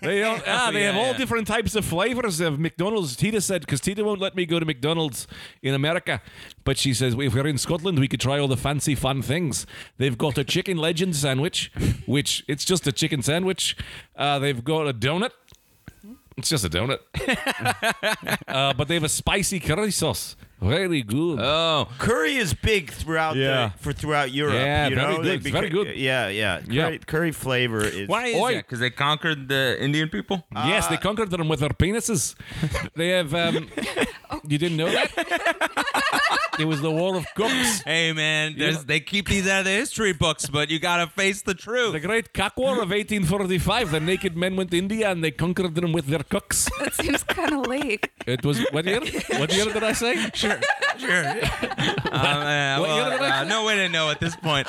Speaker 3: They all, ah, they
Speaker 2: yeah,
Speaker 3: have all
Speaker 2: yeah.
Speaker 3: different types of flavors of McDonald's. Tita said because Tita won't let me go to McDonald's in America, but she says if we're in Scotland, we could try all the fancy fun things. They've got a chicken legend sandwich, which it's just a chicken sandwich. Uh, they've got a donut. It's just a donut. uh, but they have a spicy curry sauce. Very good.
Speaker 2: Oh,
Speaker 1: Curry is big throughout
Speaker 3: Yeah.
Speaker 1: the, for throughout Europe.
Speaker 3: Yeah,
Speaker 1: you
Speaker 3: very
Speaker 1: know?
Speaker 3: good.
Speaker 1: They
Speaker 3: It's very good.
Speaker 1: Yeah, yeah. Curry,
Speaker 3: Yeah.
Speaker 1: curry flavor is.
Speaker 2: why is
Speaker 3: Oi.
Speaker 2: that? Because they conquered the Indian people.
Speaker 3: yes, they conquered them with their penises. they have. Um, you didn't know that? it was the War of Cooks.
Speaker 2: Hey man, there's, they keep these out of the history books, but you gotta face the truth.
Speaker 3: The Great Cock War of 1845. The naked men went to India and they conquered them with their cocks.
Speaker 4: that seems kind of late.
Speaker 3: It was what year? What year did I say?
Speaker 2: Sure, sure. Um, uh,
Speaker 3: What year
Speaker 2: well,
Speaker 3: did I
Speaker 2: uh, no way to know at this point.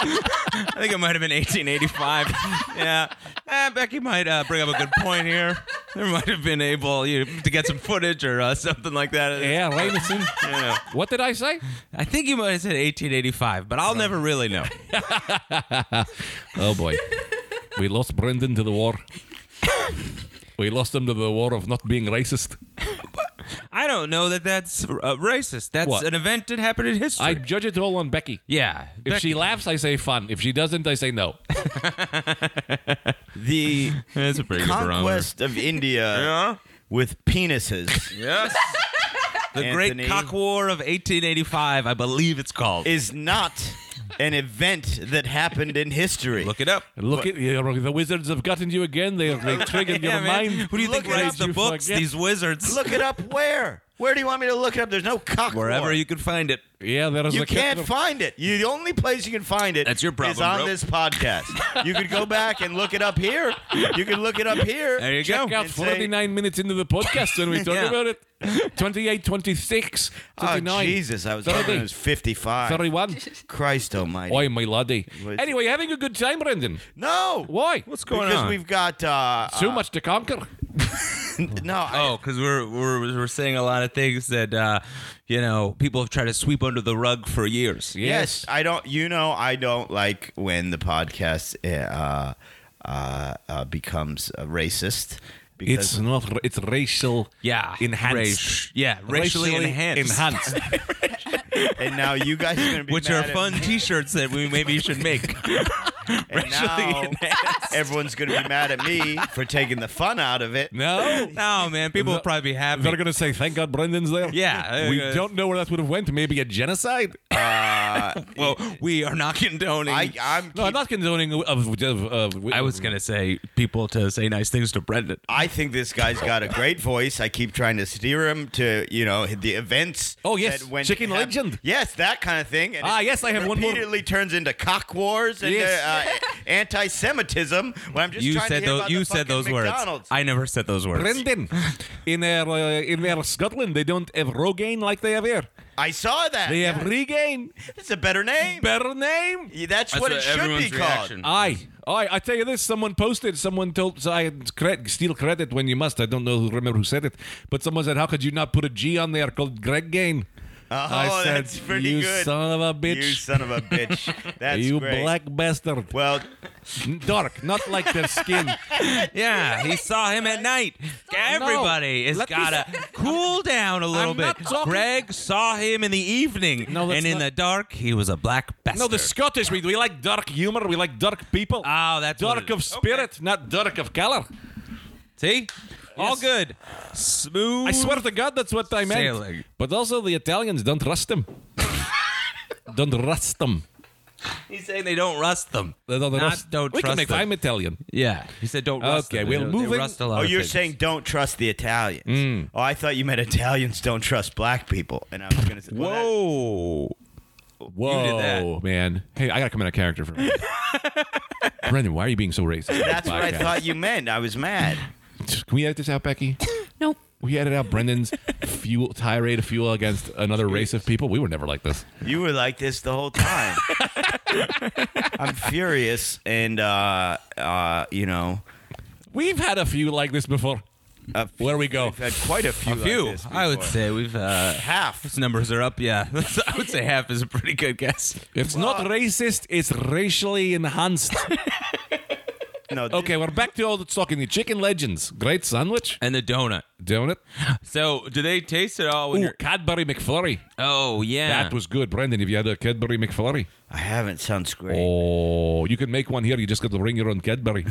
Speaker 2: I think it might have been 1885. yeah, Eh, Becky might uh, bring up a good point here. There might have been able you know, to get some footage or uh, something like that.
Speaker 3: Yeah, right. it's in-
Speaker 2: Yeah.
Speaker 3: What did I say?
Speaker 2: I think you might have said 1885, but I'll never really know.
Speaker 3: Oh boy, we lost Brendan to the war. We lost him to the war of not being racist.
Speaker 2: I don't know that that's uh, racist. That's
Speaker 3: What?
Speaker 2: an event that happened in history.
Speaker 3: I judge it all on Becky.
Speaker 2: yeah.
Speaker 3: If
Speaker 2: Becky-
Speaker 3: she laughs, I say fun. If she doesn't, I say no.
Speaker 1: The
Speaker 2: that's a pretty good barometer.
Speaker 1: conquest of India
Speaker 2: Yeah.
Speaker 1: with penises.
Speaker 2: Yes. The
Speaker 1: Anthony.
Speaker 2: Great Cock War of 1885, I believe it's called.
Speaker 1: is not an event that happened in history.
Speaker 2: Look it up.
Speaker 3: Look at the wizards have gotten you again. They they triggered
Speaker 2: Yeah,
Speaker 3: your
Speaker 2: man.
Speaker 3: mind.
Speaker 2: Who do you think
Speaker 1: Look it
Speaker 2: writes
Speaker 1: up.
Speaker 2: the
Speaker 3: You
Speaker 2: books?
Speaker 3: forget.
Speaker 2: These wizards.
Speaker 1: Look it up where? Where do you want me to look it up? There's no cock
Speaker 2: wherever
Speaker 1: war.
Speaker 2: you can find it.
Speaker 3: Yeah, there is
Speaker 1: You
Speaker 3: a
Speaker 1: can't find it. You, the only place you can find it
Speaker 2: That's your problem,
Speaker 1: is on
Speaker 2: bro.
Speaker 1: this podcast. you could go back and look it up here. You can look it up here.
Speaker 2: There you
Speaker 3: Check
Speaker 2: go.
Speaker 3: out
Speaker 1: and say-
Speaker 3: 49 minutes into the podcast when we talk
Speaker 2: Yeah.
Speaker 3: about it. 28, 26,
Speaker 1: Oh,
Speaker 3: 29.
Speaker 1: Jesus. I was
Speaker 3: Thirty.
Speaker 1: hoping it was 55.
Speaker 3: 31.
Speaker 1: Christ almighty.
Speaker 3: Oi, my laddie.
Speaker 1: Wait.
Speaker 3: Anyway, you're having a good time, Brendan.
Speaker 1: No.
Speaker 3: Why?
Speaker 2: What's going
Speaker 1: because
Speaker 2: on?
Speaker 1: we've got. Uh,
Speaker 3: so much to conquer.
Speaker 1: no. I-
Speaker 2: Oh, because we're, we're we're saying a lot of things that uh, you know people have tried to sweep under the rug for years.
Speaker 1: Yes, I don't. You know, I don't like when the podcast uh, uh, uh, becomes uh, racist.
Speaker 3: It's not. ra- It's racial.
Speaker 2: Yeah.
Speaker 3: Enhanced.
Speaker 2: Rac- yeah. Racially, enhanced.
Speaker 3: Enhanced.
Speaker 1: and now you guys are going to be
Speaker 2: Which are
Speaker 1: mad at
Speaker 2: fun
Speaker 1: me,
Speaker 2: T-shirts that we maybe should make.
Speaker 1: and now everyone's going to be mad at me for taking the fun out of it.
Speaker 3: no.
Speaker 2: no, man, people will probably be happy.
Speaker 3: They're gonna say, "Thank God Brendan's there."
Speaker 2: Yeah,
Speaker 3: we
Speaker 2: uh,
Speaker 3: don't know where that would have went. Maybe a genocide.
Speaker 2: well, we are not condoning.
Speaker 1: I, I'm.
Speaker 3: No, I'm not condoning. Of, of, of-
Speaker 2: I was gonna say people to say nice things to Brendan.
Speaker 1: I think this guy's got a great voice. I keep trying to steer him to you know the events.
Speaker 3: Oh, yes.
Speaker 1: that went-
Speaker 3: Chicken Legend.
Speaker 1: Yes, that kind of thing. And
Speaker 3: Ah,
Speaker 1: it
Speaker 3: yes, I have one more.
Speaker 1: Repeatedly turns into cock wars and
Speaker 3: Yes.
Speaker 1: uh, uh, anti-Semitism when I'm just
Speaker 2: You
Speaker 1: trying
Speaker 2: said
Speaker 1: to hear
Speaker 2: those.
Speaker 1: about
Speaker 2: You
Speaker 1: the
Speaker 2: said
Speaker 1: fucking
Speaker 2: those words.
Speaker 1: McDonald's.
Speaker 2: I never said those words.
Speaker 3: Brendan, in their uh, in their Scotland, they don't have Rogaine like they have here.
Speaker 1: I saw that.
Speaker 3: They have
Speaker 1: Yeah.
Speaker 3: Regain.
Speaker 1: It's a better name.
Speaker 3: Better name.
Speaker 1: Yeah, That's,
Speaker 2: That's
Speaker 1: what it
Speaker 2: what
Speaker 1: should be
Speaker 2: everyone's
Speaker 1: called.
Speaker 2: reaction.
Speaker 3: Aye, aye. I tell you this: someone posted, someone told, so I cre- steal credit when you must. I don't know, who remember who said it, but someone said, "How could you not put a G on there called Greg Gain?"
Speaker 1: Oh,
Speaker 3: I said,
Speaker 1: that's pretty
Speaker 3: "You
Speaker 1: good.
Speaker 3: son of a bitch!
Speaker 1: You son of a bitch. That's
Speaker 3: You
Speaker 1: great.
Speaker 3: black bastard!
Speaker 1: Well,
Speaker 3: Dark, not like their skin.
Speaker 2: Yeah, he saw him at night. Everybody has
Speaker 3: let me
Speaker 2: got to cool down a little
Speaker 3: I'm
Speaker 2: bit.
Speaker 3: not talking-
Speaker 2: Greg saw him in the evening,
Speaker 3: No, that's
Speaker 2: and in
Speaker 3: not-
Speaker 2: the dark, he was a black bastard.
Speaker 3: no, the Scottish we, we like dark humor. We like dark people.
Speaker 1: Ah,
Speaker 2: Oh, that's what
Speaker 3: dark
Speaker 2: it
Speaker 3: of
Speaker 2: is.
Speaker 3: spirit, not dark of color.
Speaker 2: See, all
Speaker 3: Yes.
Speaker 2: good, smooth.
Speaker 3: I swear to God, that's what I meant.
Speaker 2: Sailing.
Speaker 3: But also, the Italians don't trust him. don't trust them.
Speaker 2: he's saying they don't rust them.
Speaker 3: They don't
Speaker 2: Not
Speaker 3: rust.
Speaker 2: don't
Speaker 3: we
Speaker 2: trust
Speaker 3: can make.
Speaker 2: them.
Speaker 3: I'm Italian.
Speaker 2: Yeah, he said don't rust.
Speaker 3: Okay,
Speaker 2: them.
Speaker 3: we're
Speaker 2: They- they
Speaker 3: moving-
Speaker 2: rust a lot
Speaker 1: oh,
Speaker 2: of
Speaker 1: you're
Speaker 2: things.
Speaker 1: saying don't trust the Italians.
Speaker 3: Mm.
Speaker 1: Oh, I thought you meant Italians don't trust black people. And I was going to say, well, that-
Speaker 2: Whoa.
Speaker 3: Whoa,
Speaker 2: did that.
Speaker 3: man! Hey, I gotta come out of character for a minute. Brendan, why are you being so racist? on this
Speaker 1: that's what I
Speaker 3: podcast?
Speaker 1: thought you meant. I was mad.
Speaker 3: Can we edit this out, Becky?
Speaker 4: Nope.
Speaker 3: We edit out Brendan's fuel tirade of fuel against another race of people. We were never like this.
Speaker 1: You were like this the whole time. I'm furious, and uh, uh, you know,
Speaker 3: We've had a few like this before.
Speaker 1: a few-
Speaker 3: Where we go?
Speaker 1: We've had quite a few. like
Speaker 2: Few.
Speaker 1: this
Speaker 2: I would
Speaker 1: before.
Speaker 2: say we've uh,
Speaker 1: half.
Speaker 2: his numbers are up. Yeah, I would say half is a pretty good guess.
Speaker 3: It's not racist. It's racially enhanced.
Speaker 1: No. this-
Speaker 3: okay, we're back to old talking. The chicken legends. Great sandwich,
Speaker 2: And the donut.
Speaker 3: donut.
Speaker 2: So, do they taste it all? When
Speaker 3: Ooh,
Speaker 2: you're-
Speaker 3: Cadbury McFlurry.
Speaker 2: oh yeah,
Speaker 3: That was good, Brendan. If you had a Cadbury McFlurry,
Speaker 1: I haven't. Sounds great.
Speaker 3: oh, you can make one here. You just got to bring your own Cadbury.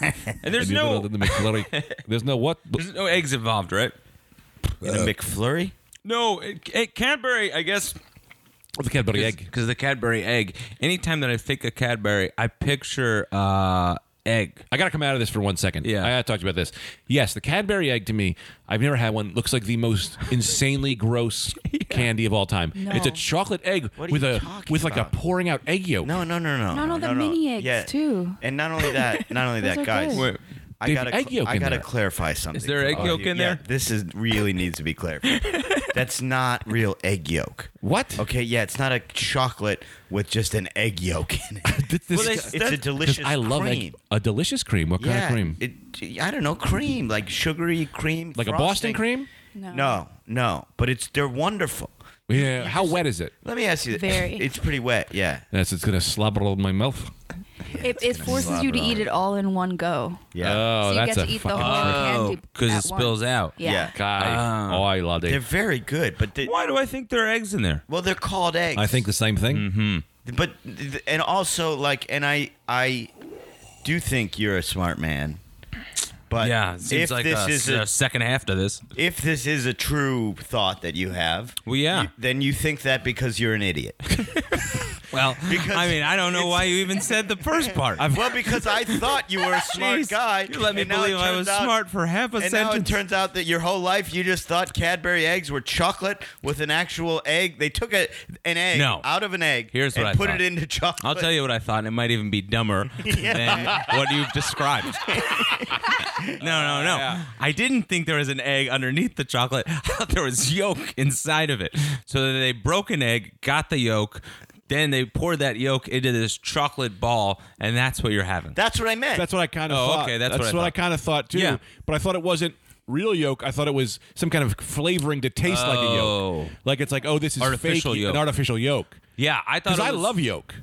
Speaker 2: And there's
Speaker 3: And you
Speaker 2: no
Speaker 3: put it in the McFlurry. There's no what?
Speaker 2: there's no eggs involved, right?
Speaker 1: In a McFlurry.
Speaker 2: No, it, it, Cadbury. I guess
Speaker 3: Oh, The Cadbury egg.
Speaker 2: because the Cadbury egg. Anytime that I think of Cadbury, I picture uh, egg.
Speaker 3: I gotta come out of this for one second.
Speaker 2: Yeah.
Speaker 3: I gotta talk to you about this. Yes, the Cadbury egg to me, I've never had one. Looks like the most insanely gross candy of all time. It's a
Speaker 4: No.
Speaker 3: chocolate egg
Speaker 1: What are
Speaker 3: with
Speaker 1: you
Speaker 3: a
Speaker 1: talking
Speaker 3: with like
Speaker 1: about?
Speaker 3: a pouring out egg yolk.
Speaker 1: No, no, no, no.
Speaker 4: No, no, the mini eggs, too.
Speaker 1: And not only that, not only
Speaker 4: Those
Speaker 1: that,
Speaker 4: are
Speaker 1: guys.
Speaker 4: good. Wait.
Speaker 1: I
Speaker 3: They've
Speaker 1: gotta,
Speaker 3: egg yolk
Speaker 1: I
Speaker 3: in
Speaker 1: gotta
Speaker 3: there.
Speaker 1: clarify something.
Speaker 2: there
Speaker 1: for
Speaker 2: egg
Speaker 1: all of
Speaker 2: yolk
Speaker 1: you.
Speaker 2: in
Speaker 1: Yeah,
Speaker 2: there?
Speaker 1: this is really needs to be clarified. That's not real egg yolk.
Speaker 3: What?
Speaker 1: Okay, yeah, it's not a chocolate with just an egg yolk in it.
Speaker 3: This- this-
Speaker 2: Well, they-
Speaker 1: It's a
Speaker 2: 'Cause
Speaker 1: delicious
Speaker 3: I love
Speaker 1: cream.
Speaker 3: egg. A delicious cream. What kind
Speaker 1: Yeah,
Speaker 3: of cream?
Speaker 1: It, I don't know, cream like sugary cream,
Speaker 3: like a Boston
Speaker 1: frosting.
Speaker 3: cream?
Speaker 4: No.
Speaker 1: No, no, but it's they're wonderful.
Speaker 3: Yeah. How wet is it?
Speaker 1: Let me ask you. this.
Speaker 4: Very.
Speaker 1: It's pretty wet. Yeah.
Speaker 3: That's it's gonna slobber all in my mouth.
Speaker 4: It, it forces you to eat it all in one go.
Speaker 1: Yeah.
Speaker 3: Oh,
Speaker 4: so you
Speaker 3: that's
Speaker 4: get to
Speaker 3: a
Speaker 4: eat the
Speaker 3: fucking
Speaker 4: whole candy
Speaker 2: because
Speaker 4: at
Speaker 2: Oh, it spills
Speaker 4: once.
Speaker 2: out.
Speaker 4: Yeah.
Speaker 1: Yeah.
Speaker 3: guy. Oh, I love
Speaker 1: They're
Speaker 3: it.
Speaker 1: very good, but they,
Speaker 2: Why do I think there are eggs in there?
Speaker 1: well, they're called eggs.
Speaker 3: I think the same thing.
Speaker 1: but th- and also like and i i do think you're a smart man but
Speaker 2: Yeah, it seems
Speaker 1: if
Speaker 2: like
Speaker 1: this
Speaker 2: a,
Speaker 1: is
Speaker 2: a
Speaker 1: a,
Speaker 2: second half to this.
Speaker 1: if this is a true thought that you have
Speaker 2: Well, yeah.
Speaker 1: you- then you think that because you're an idiot
Speaker 2: Well,
Speaker 1: Because
Speaker 2: I mean, I don't know
Speaker 1: it's-
Speaker 2: why you even said the first part.
Speaker 1: well because i thought you were a smart
Speaker 2: Jeez,
Speaker 1: guy
Speaker 2: You let me
Speaker 1: and now it
Speaker 2: believe I
Speaker 1: turns
Speaker 2: was
Speaker 1: out-
Speaker 2: smart for half a
Speaker 1: and now it
Speaker 2: sentence.
Speaker 1: turns out that your whole life you just thought Cadbury eggs were chocolate with an actual egg. They took a, an egg
Speaker 2: No.
Speaker 1: out of an egg
Speaker 2: Here's
Speaker 1: and
Speaker 2: what I
Speaker 1: put
Speaker 2: thought.
Speaker 1: it into chocolate.
Speaker 2: I'll tell you what I thought, and it might even be dumber than what you've described. no, no, no. I didn't think there was an egg underneath the chocolate. I thought there was yolk inside of it. So they broke an egg, got the yolk, then they poured that yolk into this chocolate ball, and that's what you're having.
Speaker 1: That's what I meant.
Speaker 3: That's what I kind of
Speaker 2: Oh,
Speaker 3: thought.
Speaker 2: okay, that's what I
Speaker 3: what I,
Speaker 2: thought.
Speaker 3: kind of thought too.
Speaker 2: Yeah.
Speaker 3: But I thought it wasn't real yolk. I thought it was some kind of flavoring to taste like a
Speaker 2: Oh.
Speaker 3: yolk. Like it's like, oh, this is
Speaker 2: Artificial
Speaker 3: fake,
Speaker 2: yolk.
Speaker 3: an artificial yolk.
Speaker 2: yeah, I thought
Speaker 3: Because
Speaker 2: it
Speaker 3: I
Speaker 2: was-
Speaker 3: love yolk.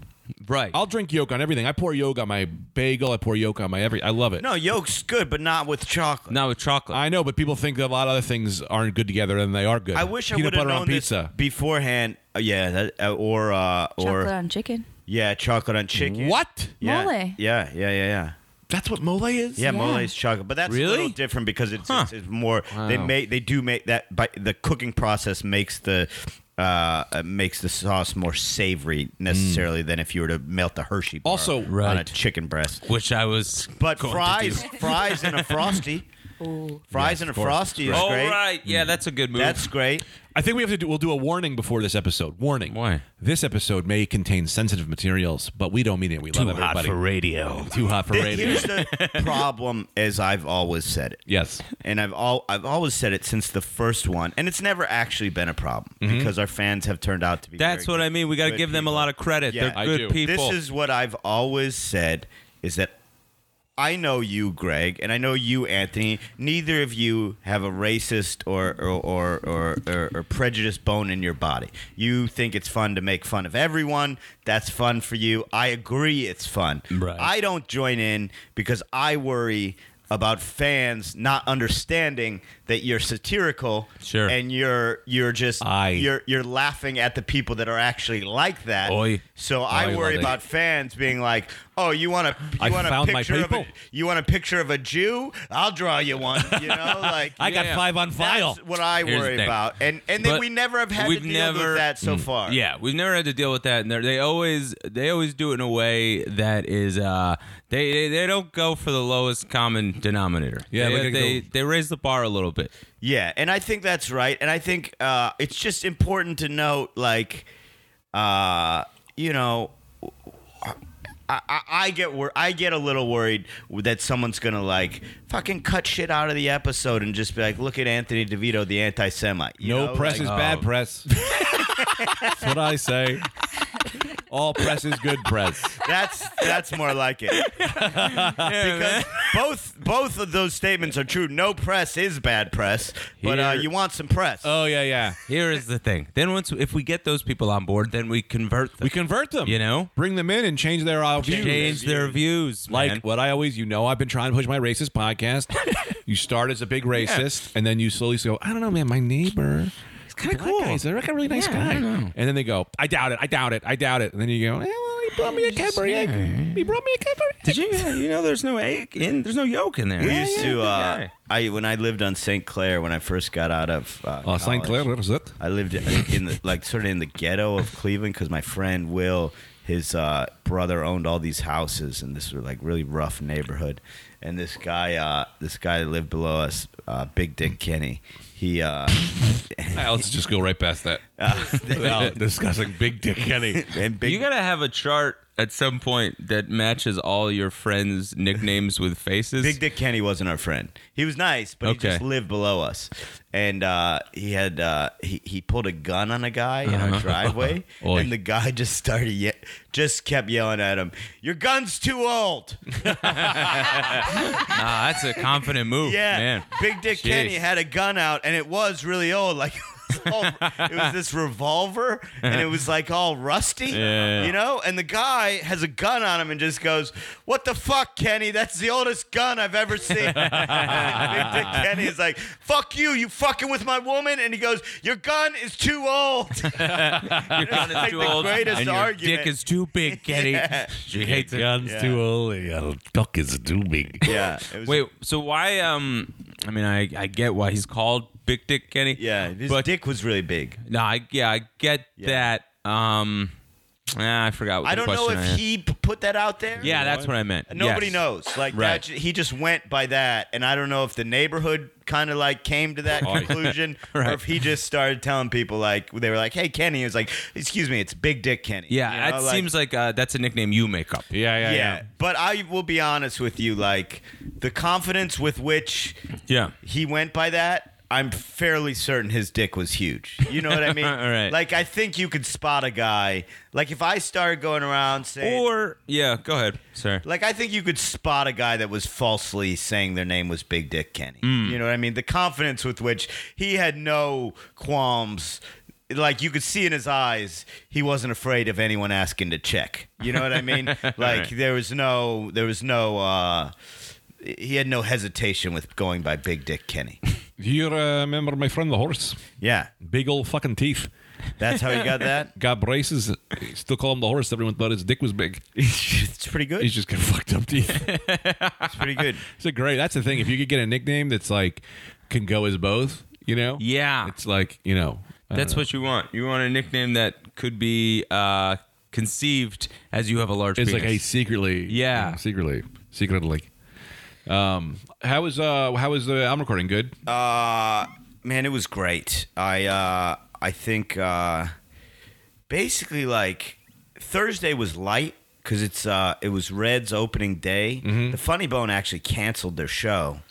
Speaker 2: right.
Speaker 3: I'll drink yolk on everything. I pour yolk on my bagel. I pour yolk on my every. I love it.
Speaker 1: no, yolk's good, but not with chocolate.
Speaker 2: not with chocolate.
Speaker 3: I know, but people think that a lot of other things aren't good together, and they are good.
Speaker 1: I wish I
Speaker 3: Peanut
Speaker 1: would have
Speaker 3: butter
Speaker 1: known
Speaker 3: on pizza.
Speaker 1: this beforehand. Uh, yeah, that, uh, or uh,
Speaker 4: Chocolate
Speaker 1: or
Speaker 4: on chicken.
Speaker 1: yeah, chocolate on chicken.
Speaker 3: What?
Speaker 1: Yeah,
Speaker 4: Mole.
Speaker 1: Yeah, yeah, yeah, yeah.
Speaker 3: That's what mole is.
Speaker 1: Yeah,
Speaker 4: Yeah.
Speaker 1: mole is chocolate, but that's a little
Speaker 2: Really?
Speaker 1: different because it's,
Speaker 2: Huh.
Speaker 1: it's, it's more. They make they do make that by the cooking process makes the uh, uh, makes the sauce more savory necessarily than if you were to melt the Hershey bar
Speaker 3: Also-
Speaker 1: on a
Speaker 2: Right.
Speaker 1: chicken breast.
Speaker 2: which I was
Speaker 1: But
Speaker 2: going to
Speaker 1: fries,
Speaker 2: do.
Speaker 1: fries in a frosty. Fries and a frosty is
Speaker 2: All
Speaker 1: great.
Speaker 2: right. Yeah, that's a good move.
Speaker 1: That's great.
Speaker 3: I think we have to do. We'll do a warning before this episode. Warning.
Speaker 2: Why?
Speaker 3: This episode may contain sensitive materials, but we don't mean it. We love everybody.
Speaker 2: radio.
Speaker 3: Too hot for radio.
Speaker 1: Here's the problem, as I've always said it,
Speaker 3: yes.
Speaker 1: and I've all I've always said it since the first one, and it's never actually been a problem because our fans have turned out to be.
Speaker 2: Mm-hmm. That's
Speaker 1: very
Speaker 2: what I mean. We got to
Speaker 1: good
Speaker 2: give them a
Speaker 1: people.
Speaker 2: lot of credit.
Speaker 1: Yeah. I
Speaker 2: They're
Speaker 3: do.
Speaker 2: good people.
Speaker 1: This is what I've always said is that I know you, Greg, and I know you, Anthony. Neither of you have a racist or or or, or, or, or prejudiced bone in your body. You think it's fun to make fun of everyone. That's fun for you. I agree it's fun.
Speaker 3: Right.
Speaker 1: I don't join in because I worry about fans not understanding that you're satirical
Speaker 2: Sure.
Speaker 1: and you're you're just
Speaker 3: I-
Speaker 1: you're you're laughing at the people that are actually like that.
Speaker 3: Oy.
Speaker 1: So
Speaker 3: Oh,
Speaker 1: I worry
Speaker 3: I love it.
Speaker 1: about fans being like, "Oh, you want a you
Speaker 3: I
Speaker 1: want a
Speaker 3: found my
Speaker 1: picture of a,
Speaker 3: people.
Speaker 1: you want a picture of a Jew? I'll draw you one." You know, like
Speaker 3: I got
Speaker 2: Yeah.
Speaker 3: five on file.
Speaker 1: that's what I
Speaker 2: Here's the
Speaker 1: worry
Speaker 2: thing.
Speaker 1: about, and and then
Speaker 2: But
Speaker 1: we never have had to
Speaker 2: we've
Speaker 1: deal
Speaker 2: never-
Speaker 1: with that so far.
Speaker 2: Yeah, we've never had to deal with that, and they're- they always they always do it in a way that is uh they they, they don't go for the lowest common denominator.
Speaker 3: Yeah,
Speaker 2: they
Speaker 3: they gotta
Speaker 2: they,
Speaker 3: go-
Speaker 2: they raise the bar a little bit.
Speaker 1: Yeah, and I think that's right. And I think uh, it's just important to note, like, uh, you know, I, I, I get wor- I get a little worried that someone's gonna like fucking cut shit out of the episode and just be like, look at Anthony DeVito, the anti-Semite. you
Speaker 3: no
Speaker 1: know?
Speaker 3: press
Speaker 1: Like, oh.
Speaker 3: is bad press. That's what I say. All press is good press.
Speaker 1: that's that's more like it. because both both of those statements are true. No press is bad press, but uh,
Speaker 2: Here-
Speaker 1: you want some press.
Speaker 3: Oh yeah, yeah.
Speaker 2: Here is the thing. Then once if we get those people on board, then we convert them.
Speaker 3: We convert them.
Speaker 2: You know?
Speaker 3: bring them in and change their uh, views.
Speaker 2: change their views.
Speaker 3: Like
Speaker 2: man.
Speaker 3: what I always, you know, I've been trying to push my racist podcast. you start as a big racist, and then you slowly go, I don't know, man, my neighbor. He's kind of cool. Guy, he's a like a really nice guy. And then they go, I doubt it, I doubt it, I doubt it. And then you go, eh, well, he brought me a Cadbury egg. He brought me a Cadbury egg.
Speaker 2: Did you you know there's no egg in there's no yolk in there.
Speaker 1: We used to. Uh, I when I lived on St. Clair when I first got out of. Uh,
Speaker 3: Oh, St.
Speaker 1: college,
Speaker 3: Clair, what is it?
Speaker 1: I lived in the like sort of in the ghetto of Cleveland because my friend Will, his uh, brother owned all these houses, and this was like really rough neighborhood. And this guy, uh, this guy that lived below us, uh, Big Dick Kenny. He uh,
Speaker 3: Ah, let's just go right past that. Without discussing Big Dick Kenny.
Speaker 1: and Big
Speaker 2: you gotta have a chart at some point that matches all your friends' nicknames with faces.
Speaker 1: Big Dick Kenny wasn't our friend. He was nice, but
Speaker 2: Okay.
Speaker 1: he just lived below us. And uh, he had uh, he he pulled a gun on a guy in our driveway,
Speaker 3: Oy.
Speaker 1: and the guy just started ye- just kept yelling at him, "Your gun's too old."
Speaker 2: Ah, that's a confident move,
Speaker 1: Yeah,
Speaker 2: man.
Speaker 1: Big Dick
Speaker 2: Jeez.
Speaker 1: Kenny had a gun out, and it was really old. Like it was, all- it was this revolver, and it was like all rusty,
Speaker 2: Yeah.
Speaker 1: you know. And the guy has a gun on him and just goes, "What the fuck, Kenny? That's the oldest gun I've ever seen." Big Dick Kenny is like, "Fuck you, you fucking with my woman," and he goes, "Your gun is too old."
Speaker 2: Your gun is
Speaker 1: like
Speaker 2: too
Speaker 1: the
Speaker 2: old,
Speaker 1: greatest
Speaker 2: and your
Speaker 1: argument.
Speaker 2: dick is too big, Kenny. She hates it.
Speaker 3: Guns too old. Your duck is too big.
Speaker 1: yeah. It was,
Speaker 2: Wait, so why? Um, I mean, I I get why he's called Big Dick Kenny.
Speaker 1: Yeah, his
Speaker 2: but
Speaker 1: dick was really big.
Speaker 2: no, I yeah, I get
Speaker 1: Yeah.
Speaker 2: that. Um, ah, I forgot. What
Speaker 1: I
Speaker 2: the
Speaker 1: don't know
Speaker 2: question
Speaker 1: if
Speaker 2: I had.
Speaker 1: he p- put that out there.
Speaker 2: Yeah, that's what I meant.
Speaker 1: Nobody
Speaker 2: Yes.
Speaker 1: knows. Like
Speaker 2: Right.
Speaker 1: that, ju- he just went by that, and I don't know if the neighborhood kind of like came to that
Speaker 2: Oh,
Speaker 1: conclusion, or if he just started telling people like they were like, "Hey, Kenny," he was like, "Excuse me, it's Big Dick Kenny."
Speaker 2: Yeah,
Speaker 1: You
Speaker 2: that
Speaker 1: know, like-
Speaker 2: seems like uh, that's a nickname you make up.
Speaker 3: Yeah, yeah,
Speaker 1: Yeah,
Speaker 3: yeah.
Speaker 1: but I will be honest with you, like the confidence with which
Speaker 2: Yeah.
Speaker 1: he went by that. I'm fairly certain his dick was huge. You know what I mean?
Speaker 2: All right.
Speaker 1: Like I think you could spot a guy. Like if I started going around saying,
Speaker 2: Or yeah, go ahead. Sorry.
Speaker 1: Like I think you could spot a guy that was falsely saying their name was Big Dick Kenny. You know what I mean? The confidence with which he had no qualms. Like you could see in his eyes, he wasn't afraid of anyone asking to check. You know what I mean? like there was no, there was no. uh he had no hesitation with going by Big Dick Kenny.
Speaker 3: Do you uh, remember my friend the horse?
Speaker 1: Yeah,
Speaker 3: Big old fucking teeth.
Speaker 1: that's how he got that.
Speaker 3: got braces. Still call him the horse. Everyone thought his dick was big.
Speaker 1: it's pretty good.
Speaker 3: He's just got fucked up teeth.
Speaker 1: It's pretty good.
Speaker 3: It's a great. That's the thing. If you could get a nickname that's like can go as both, you know.
Speaker 2: Yeah.
Speaker 3: It's like you know. uh, I
Speaker 2: That's what you want. You want a nickname that could be uh, conceived as you have a large
Speaker 3: don't know. it's
Speaker 2: penis.
Speaker 3: like. Hey, secretly.
Speaker 2: Yeah.
Speaker 3: Secretly. Secretly. Um, how is uh how is the album recording? Good.
Speaker 1: Uh, man, it was great. I uh, I think uh, basically like Thursday was light because it's uh, it was Red's opening day.
Speaker 3: Mm-hmm.
Speaker 1: The Funny Bone actually canceled their show.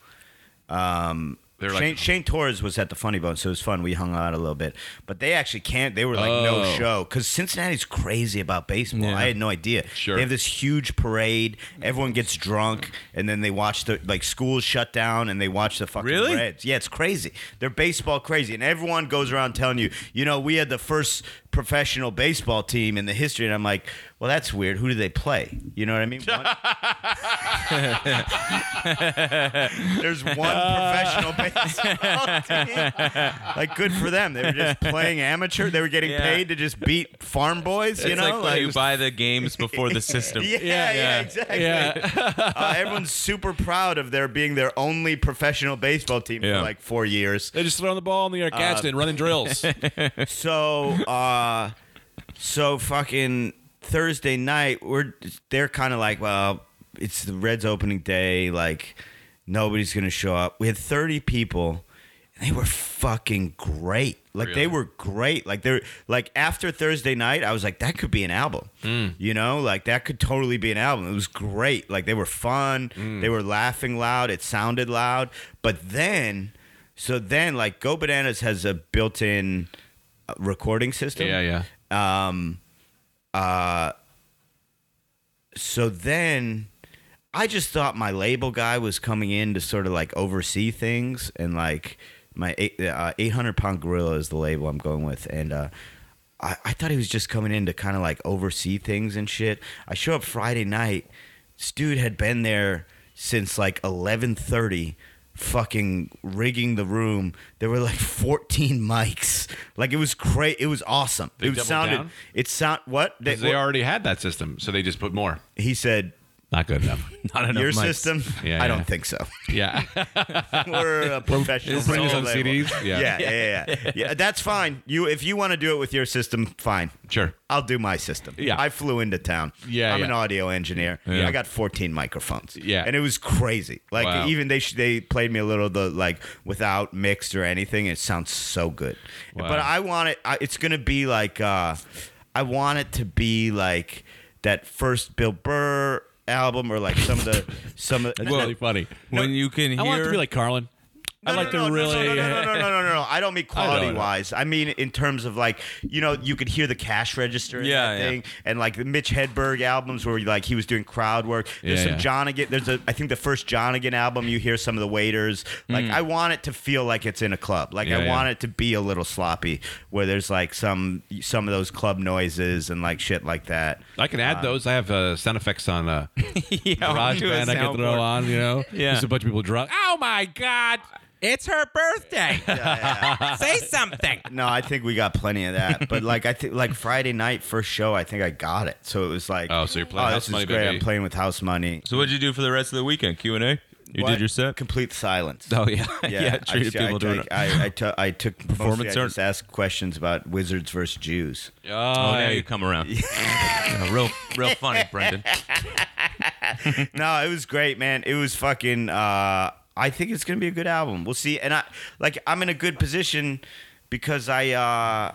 Speaker 1: Um,
Speaker 3: They're like-
Speaker 1: Shane, Shane Torres was at the Funny Bone, so it was fun. We hung out a little bit, but they actually can't. They were like no
Speaker 3: Oh.
Speaker 1: show because Cincinnati's crazy about baseball.
Speaker 2: Yeah.
Speaker 1: I had no idea.
Speaker 3: Sure.
Speaker 1: They have this huge parade. Everyone gets drunk, and then they watch the like schools shut down, and they watch the fucking
Speaker 2: Really?
Speaker 1: Reds. Yeah, it's crazy. They're baseball crazy, and everyone goes around telling you, you know, we had the first professional baseball team in the history, and I'm like, well, that's weird. Who do they play? You know what I mean? One- There's one professional baseball team. Like, good for them. They were just playing amateur. They were getting
Speaker 2: Yeah.
Speaker 1: paid to just beat farm boys. you
Speaker 2: it's
Speaker 1: know,
Speaker 2: like when you
Speaker 1: Like-
Speaker 2: buy the games before the system.
Speaker 1: yeah, yeah, exactly. uh, everyone's super proud of their being their only professional baseball team
Speaker 3: Yeah.
Speaker 1: for like four years.
Speaker 3: They just throwing the ball in the air, catching it, running drills.
Speaker 1: So, uh, so fucking Thursday night, we're they're kind of like, well, it's the Reds opening day, like nobody's gonna show up. We had thirty people. and They were fucking great. Like
Speaker 3: Really?
Speaker 1: they were great. Like they're like after Thursday night, I was like, that could be an album.
Speaker 3: Hmm.
Speaker 1: You know, like that could totally be an album. It was great. Like they were fun.
Speaker 3: Hmm.
Speaker 1: They were laughing loud. It sounded loud. But then, so then, like Go Bananas has a built-in uh, recording system.
Speaker 3: yeah, yeah.
Speaker 1: So then, I just thought my label guy was coming in to sort of like oversee things and like my eight, uh, 800 pound gorilla is the label I'm going with and uh I, I thought he was just coming in to kind of like oversee things and shit. I show up Friday night. This dude had been there since like 11:30 fucking rigging the room. There were like 14 mics. Like it was great. It was awesome.
Speaker 3: They
Speaker 1: it
Speaker 3: doubled
Speaker 1: sounded
Speaker 3: down?
Speaker 1: it sound what?
Speaker 3: Because they already had that system, so they just put more.
Speaker 1: he said
Speaker 3: Not good enough.
Speaker 2: Not enough
Speaker 1: your
Speaker 2: mics.
Speaker 1: system?
Speaker 3: Yeah,
Speaker 1: I
Speaker 3: yeah.
Speaker 1: don't think so.
Speaker 3: yeah.
Speaker 1: We're a professional.
Speaker 3: Just putting this on
Speaker 1: label.
Speaker 3: CDs? Yeah.
Speaker 1: Yeah. Yeah, yeah, yeah, Yeah, That's fine. You, if you want to do it with your system, fine.
Speaker 3: Sure.
Speaker 1: I'll do my system.
Speaker 3: Yeah.
Speaker 1: I flew into town.
Speaker 3: Yeah,
Speaker 1: I'm
Speaker 3: yeah.
Speaker 1: an audio engineer.
Speaker 3: Yeah.
Speaker 1: I got 14 microphones.
Speaker 3: Yeah.
Speaker 1: and it was crazy. Like
Speaker 3: Wow.
Speaker 1: even they sh- they played me a little of the like without mixed or anything. It sounds so good.
Speaker 3: Wow.
Speaker 1: But I want it. I, it's gonna be like uh, I want it to be like that first Bill Burr album or like some of the some of the,
Speaker 3: That's really funny.
Speaker 2: When you can hear
Speaker 3: I want it to be like Carlin. I
Speaker 1: no,
Speaker 3: like to
Speaker 1: no,
Speaker 3: really.
Speaker 1: No, no, no, no, no, no, no, no. I don't mean
Speaker 3: I know, I know.
Speaker 1: quality wise. I mean in terms of like you know you could hear the cash register and
Speaker 2: Yeah,
Speaker 1: that
Speaker 2: yeah.
Speaker 1: thing, and like the Mitch Hedberg albums where like he was doing crowd work. There's
Speaker 3: Yeah,
Speaker 1: some Johnigan. There's a I think the first Johnigan album you hear some of the waiters. Like I want it to feel like it's in a club. Like
Speaker 3: Mm. Yeah,
Speaker 1: I
Speaker 3: yeah.
Speaker 1: want it to be a little sloppy where there's like some some of those club noises and like shit like that.
Speaker 3: I can add those. I have uh, sound effects on uh,
Speaker 2: yeah,
Speaker 3: garage
Speaker 2: onto a
Speaker 3: band I can throw
Speaker 2: soundboard.
Speaker 3: on, you know?
Speaker 2: Yeah.
Speaker 3: Just a bunch of people drunk. Oh my God.
Speaker 2: It's her birthday. Say something.
Speaker 1: No, I think we got plenty of that. But like I think like Friday night first show, I think I got it. So it was like
Speaker 3: Oh, so you're playing
Speaker 1: oh,
Speaker 3: house
Speaker 1: this
Speaker 3: money,
Speaker 1: is great.
Speaker 3: baby.
Speaker 1: I'm playing with house money.
Speaker 2: So what'd you do for the rest of the weekend? Q and A. You
Speaker 1: What?
Speaker 2: did your set.
Speaker 1: Complete silence.
Speaker 2: Oh yeah, yeah. treated
Speaker 1: I,
Speaker 2: people doing it.
Speaker 1: I, I, I, took- I took
Speaker 2: Performance
Speaker 1: performance. I
Speaker 2: art.
Speaker 1: just asked questions about wizards versus Jews.
Speaker 3: Oh,
Speaker 2: Oh, now
Speaker 3: hey.
Speaker 2: you come around. Yeah, real, real funny, Brendan.
Speaker 1: no, it was great, man. It was fucking. Uh, I think it's gonna be a good album. We'll see. And I like I'm in a good position because I uh,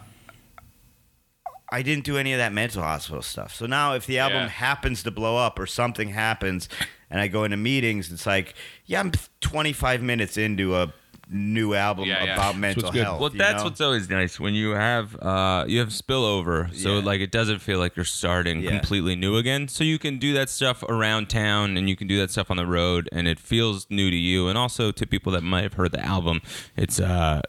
Speaker 1: I didn't do any of that mental hospital stuff. So now if the album
Speaker 3: Yeah.
Speaker 1: happens to blow up or something happens, and I go into meetings, it's like yeah, I'm 25 minutes into a new album
Speaker 3: Yeah, yeah.
Speaker 1: about
Speaker 3: That's
Speaker 1: mental
Speaker 3: what's good.
Speaker 1: health.
Speaker 2: Well,
Speaker 1: you
Speaker 2: that's
Speaker 1: know?
Speaker 2: what's always nice when you have uh, you have spillover, so
Speaker 1: Yeah.
Speaker 2: like it doesn't feel like you're starting
Speaker 1: Yeah.
Speaker 2: completely new again. So you can do that stuff around town, and you can do that stuff on the road, and it feels new to you, and also to people that might have heard the album, it's uh,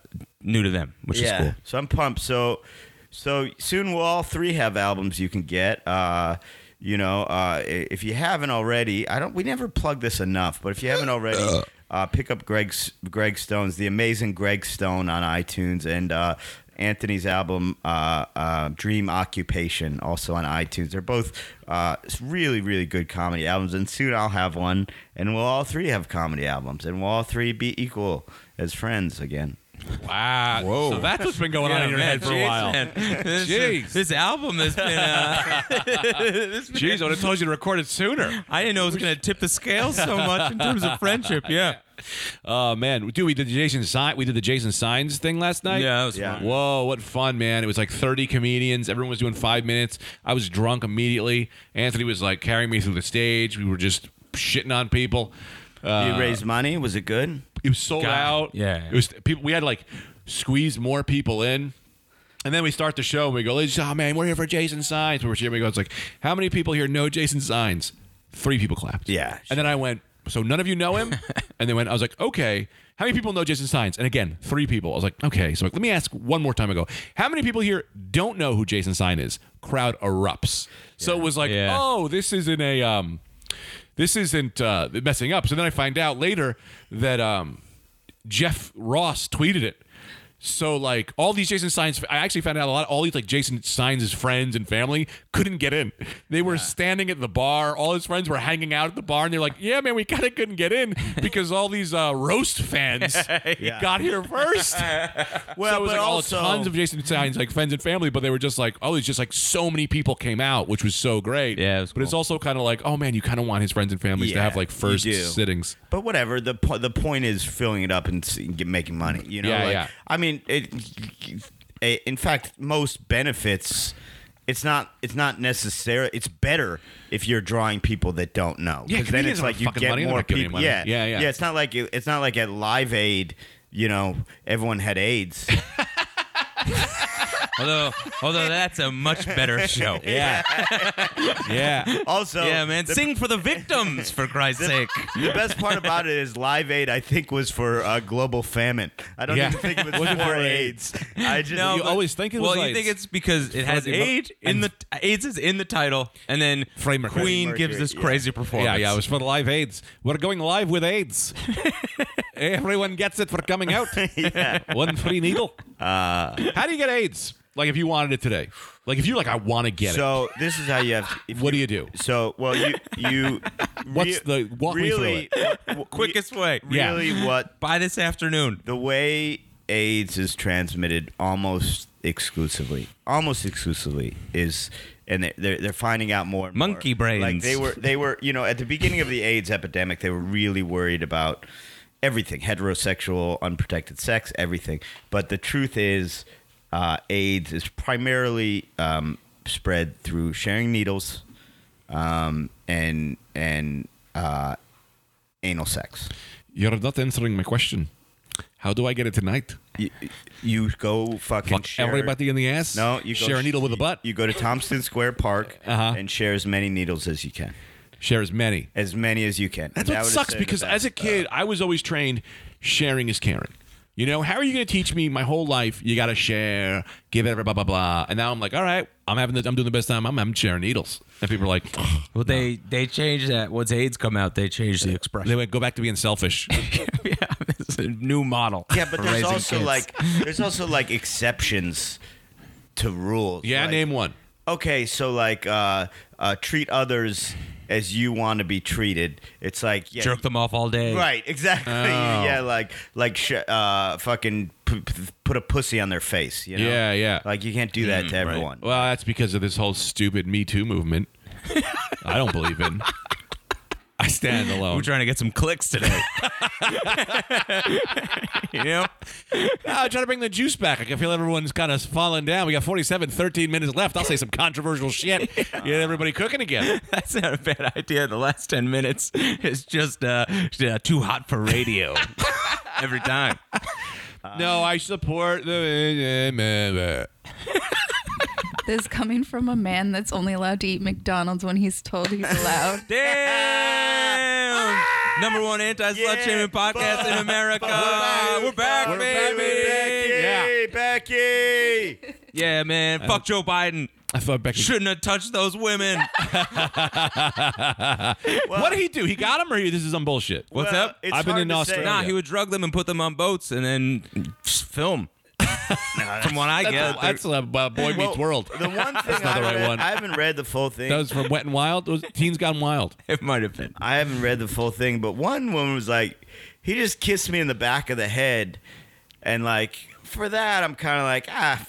Speaker 2: new to them, which is cool.
Speaker 1: So I'm pumped. So so soon we'll all three have albums you can get. Uh you know, uh, i- if you haven't already, I don't. We never plug this enough, but if you haven't already, uh, pick up Greg's Greg Stone's "The Amazing Greg Stone" on iTunes and uh, Anthony's album uh, uh, "Dream Occupation" also on iTunes. They're both uh, s- really, really good comedy albums, and soon I'll have one, and we'll all three have comedy albums, and we'll all three be equal as friends again.
Speaker 3: Wow.
Speaker 5: Whoa.
Speaker 3: So that's what's been going on in your head for a while.
Speaker 2: This,
Speaker 3: Jeez.
Speaker 2: this album has been. Uh, this been-
Speaker 3: Jeez, I would have told you to record it sooner.
Speaker 2: I didn't know it was going to tip the scale so much in terms of friendship. Yeah.
Speaker 3: Oh man, dude, we did the Jason Sign. We did the Jason Signs thing last night.
Speaker 2: Yeah, that was
Speaker 1: Yeah. fun.
Speaker 3: Whoa, what fun, man! It was like 30 comedians. Everyone was doing five minutes. I was drunk immediately. Anthony was like carrying me through the stage. We were just shitting on people. Uh,
Speaker 1: you raised money. Was it good?
Speaker 3: it was sold God.
Speaker 2: out.
Speaker 3: out.
Speaker 2: Yeah.
Speaker 3: It was people we had to, like squeeze more people in. And then we start the show and we go, ladies, oh man, we're here for Jason Signs. We were cheering. We go, it's like, how many people here know Jason Signs? Three people clapped.
Speaker 1: Yeah.
Speaker 3: And then I went, so none of you know him? and they went, I was like, okay, how many people know Jason Signs? And again, three people. I was like, okay. So like, let me ask one more time ago. How many people here don't know who Jason Sign is? Crowd erupts. So it was like,
Speaker 2: Yeah.
Speaker 3: oh, this isn't a um this isn't uh, messing up. So then I find out later that um, Jeff Ross tweeted it. So like all these Jason Signs, I actually found out a lot. All these like Jason Signs' friends and family couldn't get in. They were standing at the bar. All his friends were hanging out at the bar, and they're like, "Yeah, man, we kind of couldn't get in because all these uh, roast fans got here first.
Speaker 1: Well,
Speaker 3: So it was
Speaker 1: but
Speaker 3: like all
Speaker 1: also-
Speaker 3: tons of Jason Signs like friends and family, but they were just like, oh, it's just like so many people came out, which was so great.
Speaker 2: Yeah, it was
Speaker 3: but it's
Speaker 2: cool.
Speaker 3: also kind of like, oh man, you kind of want his friends and families to
Speaker 1: Yeah,
Speaker 3: have like
Speaker 1: you
Speaker 3: first
Speaker 1: do.
Speaker 3: sittings.
Speaker 1: But whatever. The po- the point is filling it up and s- get, making money. You know.
Speaker 3: Yeah,
Speaker 1: like,
Speaker 3: yeah.
Speaker 1: I mean, it, it. In fact, most benefits. It's not. It's not necessary. It's better if you're drawing people that don't know.
Speaker 3: Yeah,
Speaker 1: 'Cause then
Speaker 3: comedians
Speaker 1: it's
Speaker 3: don't
Speaker 1: like
Speaker 3: have
Speaker 1: you
Speaker 3: fucking
Speaker 1: get
Speaker 3: money. They're
Speaker 1: more
Speaker 3: not giving you
Speaker 1: people.
Speaker 3: money.
Speaker 1: Yeah,
Speaker 3: Yeah, yeah.
Speaker 1: It's not like it's not like at Live Aid. You know, everyone had AIDS.
Speaker 2: Although, although that's a much better show.
Speaker 3: Yeah, yeah.
Speaker 1: Also,
Speaker 2: Yeah, man.
Speaker 1: the-
Speaker 2: Sing for the victims, for Christ's sake.
Speaker 1: The best part about it is Live Aid. I think was for uh, global famine. I don't
Speaker 3: Yeah.
Speaker 1: even think it was
Speaker 3: Wasn't
Speaker 1: for
Speaker 3: for
Speaker 1: AIDS. I just
Speaker 2: No,
Speaker 3: You
Speaker 2: but-
Speaker 3: always think it was
Speaker 2: Well, you
Speaker 3: AIDS.
Speaker 2: think it's because it has
Speaker 3: the emo-
Speaker 2: AIDS in the AIDS is in the title, and then
Speaker 3: Freddie Mercury.
Speaker 2: Queen
Speaker 1: Mercury,
Speaker 2: gives this
Speaker 1: yeah.
Speaker 2: crazy performance.
Speaker 3: Yeah, yeah, it was for the live AIDS. We're going live with AIDS. Everyone gets it for coming out. One free needle.
Speaker 1: Uh,
Speaker 3: How do you get AIDS? Like if you wanted it today, like if you are like, I want to get it.
Speaker 1: So this is how you have. If
Speaker 3: What do you do?
Speaker 1: So well, you you.
Speaker 3: What's the- walk me through
Speaker 1: really w-
Speaker 2: quickest way.
Speaker 3: Yeah.
Speaker 1: Really, what
Speaker 2: By this afternoon.
Speaker 1: the way AIDS is transmitted almost exclusively, almost exclusively is, and they- they're they're finding out more. And
Speaker 2: Monkey
Speaker 1: more.
Speaker 2: brains.
Speaker 1: Like they were they were you know at the beginning of the AIDS epidemic, they were really worried about everything heterosexual, unprotected sex, everything. But the truth is, uh, AIDS is primarily um, spread through sharing needles, um, and and uh, anal sex.
Speaker 3: You're not answering my question. How do I get it tonight?
Speaker 1: You, you go fucking
Speaker 3: Fuck
Speaker 1: share-
Speaker 3: everybody in the ass.
Speaker 1: No, you go
Speaker 3: share a needle with a butt.
Speaker 1: You go to Thompson Square Park
Speaker 3: Uh-huh.
Speaker 1: and share as many needles as you can,
Speaker 3: share as many.
Speaker 1: as many as you can.
Speaker 3: That's
Speaker 1: And I
Speaker 3: what
Speaker 1: would
Speaker 3: sucks
Speaker 1: say
Speaker 3: because
Speaker 1: that
Speaker 3: as a
Speaker 1: that's, uh,
Speaker 3: kid, I was always trained sharing is caring. You know, how are you going to teach me my whole life? You got to share, give it, blah blah blah. And now I'm like, all right, I'm having the, I'm doing the best time. I'm, I'm sharing needles, and people are like,
Speaker 2: Well, they they changed that. Once AIDS come out, they changed the
Speaker 3: they
Speaker 2: expression.
Speaker 3: went go back to being selfish.
Speaker 2: yeah, it's a new model.
Speaker 1: yeah, but
Speaker 2: for
Speaker 1: there's
Speaker 2: raising
Speaker 1: also
Speaker 2: kids.
Speaker 1: like there's also like exceptions to rules.
Speaker 3: Yeah,
Speaker 1: Like,
Speaker 3: name one.
Speaker 1: Okay, so like uh, uh, treat others as you want to be treated. It's like yeah,
Speaker 2: jerk them off all day.
Speaker 1: Right, exactly.
Speaker 3: Oh.
Speaker 1: Yeah, like like sh- uh, fucking p- p- put a pussy on their face. You know?
Speaker 3: Yeah, yeah. Mm,
Speaker 1: Like you can't do that to everyone.
Speaker 3: Well, that's because of this whole stupid Me Too movement. I don't believe in. I stand alone.
Speaker 2: We're trying to get some clicks today. you know,
Speaker 3: Ah, trying to bring the juice back. I can feel everyone's kind of falling down. We got 47, 13 minutes left. I'll say some controversial shit. Get everybody cooking again.
Speaker 2: that's not a bad idea. The last ten minutes is just uh, uh, too hot for radio. Every time.
Speaker 3: no, I support the.
Speaker 4: This coming from a man that's only allowed to eat McDonald's when he's told he's allowed.
Speaker 2: Damn! Number one anti slut
Speaker 1: Yeah,
Speaker 2: shaming podcast in America. Ah! We're back, baby.
Speaker 1: Becky.
Speaker 2: yeah, man. Fuck Joe Biden.
Speaker 3: I thought Becky.
Speaker 2: Shouldn't have touched those women.
Speaker 3: What did he do? He got him, or he, this is some bullshit?
Speaker 2: What's
Speaker 1: Well,
Speaker 2: up?
Speaker 1: It's
Speaker 3: I've been
Speaker 1: hard
Speaker 3: in
Speaker 1: to say.
Speaker 3: Australia.
Speaker 2: Nah, he would drug them and put them on boats and then film. From what I
Speaker 3: That's,
Speaker 2: get,
Speaker 3: that's uh, Boy Meets
Speaker 1: Well,
Speaker 3: World.
Speaker 1: The one thing
Speaker 3: not
Speaker 1: I,
Speaker 3: the right
Speaker 1: read,
Speaker 3: one.
Speaker 1: I haven't read the full thing.
Speaker 3: That was from Wet and Wild. It was Teens Gone Wild.
Speaker 2: it might have been.
Speaker 1: I haven't read the full thing, but one woman was like, "He just kissed me in the back of the head." And like for that, I'm kind of like ah,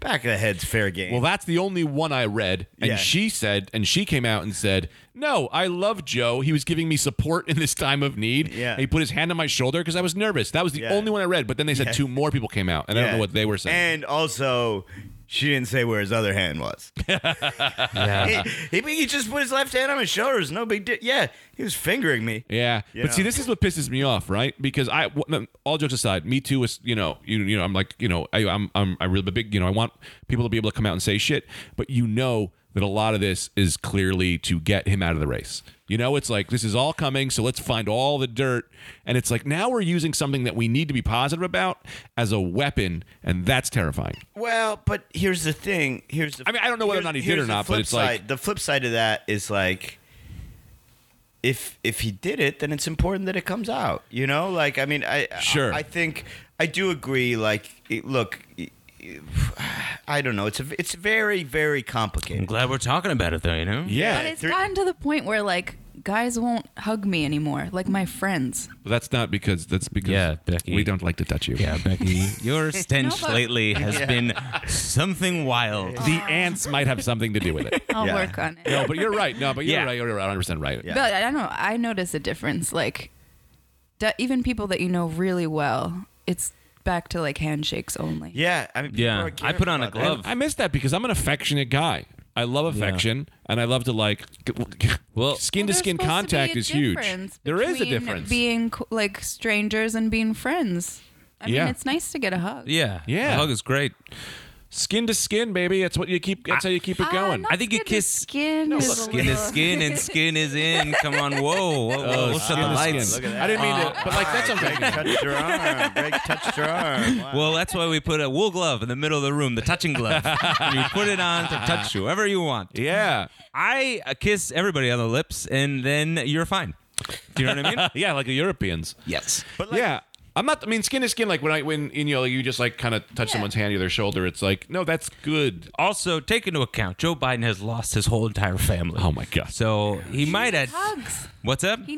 Speaker 1: back of the head's fair game.
Speaker 3: Well, that's the only one I read. And
Speaker 1: Yeah.
Speaker 3: she said, and she came out and said, No, I love Joe. He was giving me support in this time of need.
Speaker 1: Yeah.
Speaker 3: And he put his hand on my shoulder because I was nervous. That was the
Speaker 1: Yeah.
Speaker 3: only one I read. But then they said
Speaker 1: Yeah.
Speaker 3: two more people came out. And I don't
Speaker 1: Yeah.
Speaker 3: know what they were saying.
Speaker 1: And also, she didn't say where his other hand was. he, he, he just put his left hand on my shoulders. No big deal. Yeah, he was fingering me.
Speaker 3: yeah.
Speaker 1: You
Speaker 3: But see,
Speaker 1: know.
Speaker 3: this is what pisses me off, right? Because I, w- all jokes aside, Me Too is, you know, you, you know, I'm like, you know, I, I'm, I'm, I really big, you know, I want people to be able to come out and say shit. But you know that a lot of this is clearly to get him out of the race. You know, it's like this is all coming, so let's find all the dirt. And it's like now we're using something that we need to be positive about as a weapon, and that's terrifying.
Speaker 1: Well, but here's the thing. Here's the.
Speaker 3: I mean, I don't know whether or not he did
Speaker 1: here's
Speaker 3: or
Speaker 1: the
Speaker 3: not, but
Speaker 1: flip
Speaker 3: it's like-
Speaker 1: side- the flip side of that is like, if if he did it, then it's important that it comes out. You know, like I mean, I
Speaker 3: Sure.
Speaker 1: I, I think I do agree. Like, it- look, it- it- I don't know. It's a, it's very very
Speaker 2: I'm
Speaker 1: complicated.
Speaker 2: glad we're talking about it though, you know?
Speaker 4: But it's gotten to the point where like guys won't hug me anymore, like my friends.
Speaker 3: But that's not because that's because
Speaker 2: Yeah, Becky.
Speaker 3: we don't like to touch you.
Speaker 2: Yeah, Becky, your stench
Speaker 4: No, but-
Speaker 2: lately has been something wild.
Speaker 3: The ants might have something to do with it.
Speaker 4: I'll
Speaker 1: Yeah.
Speaker 4: work on it.
Speaker 3: No, but you're right. No, but you're
Speaker 2: Yeah.
Speaker 3: right. You're 100 percent right.
Speaker 1: Yeah.
Speaker 4: But I don't know. I notice a difference. Like, d- even people that you know really well, it's back to like handshakes only.
Speaker 1: Yeah, I mean, people
Speaker 2: Yeah,
Speaker 1: are
Speaker 2: I put on a
Speaker 1: careful about
Speaker 2: glove.
Speaker 3: I miss that because I'm an affectionate guy. I love affection, and I love to like. Well,
Speaker 2: Well-
Speaker 3: skin
Speaker 4: Well,
Speaker 3: to skin
Speaker 4: there's supposed to be
Speaker 3: contact
Speaker 4: a
Speaker 3: is huge.
Speaker 4: difference
Speaker 3: There is a
Speaker 4: between
Speaker 3: difference.
Speaker 4: Being co- like strangers and being friends. I
Speaker 3: Yeah.
Speaker 4: mean, it's nice to get a hug.
Speaker 2: yeah,
Speaker 3: Yeah.
Speaker 2: A hug is great.
Speaker 3: skin to skin, baby. That's what you keep. That's how you keep it
Speaker 4: Ah,
Speaker 3: going.
Speaker 4: not
Speaker 2: I think a
Speaker 4: skin to
Speaker 2: kiss-
Speaker 4: Skin, is a
Speaker 2: Skin is
Speaker 4: little-
Speaker 2: skin and skin is in. Come on, whoa, whoa, whoa. what's
Speaker 3: skin
Speaker 2: up the
Speaker 3: to skin.
Speaker 2: lights?
Speaker 3: Look at that. I didn't mean to, but like that's
Speaker 1: Greg
Speaker 3: something.
Speaker 1: touched your arm. Greg touched your arm. Wow.
Speaker 2: Well, that's why we put a wool glove in the middle of the room, the touching glove. And you put it on to touch whoever you want.
Speaker 3: Yeah,
Speaker 2: I uh, kiss everybody on the lips, and then you're fine. Do you know what I mean?
Speaker 3: yeah, like the Europeans.
Speaker 2: yes.
Speaker 1: But like-
Speaker 3: yeah. I'm not. I mean, skin to skin. Like when I when you know you just like kind of touch
Speaker 4: Yeah.
Speaker 3: someone's hand or their shoulder. It's like no, that's good.
Speaker 2: Also, take into account Joe Biden has lost his whole entire family.
Speaker 3: Oh my God.
Speaker 2: So he might have.
Speaker 4: Hugs.
Speaker 2: What's up?
Speaker 4: He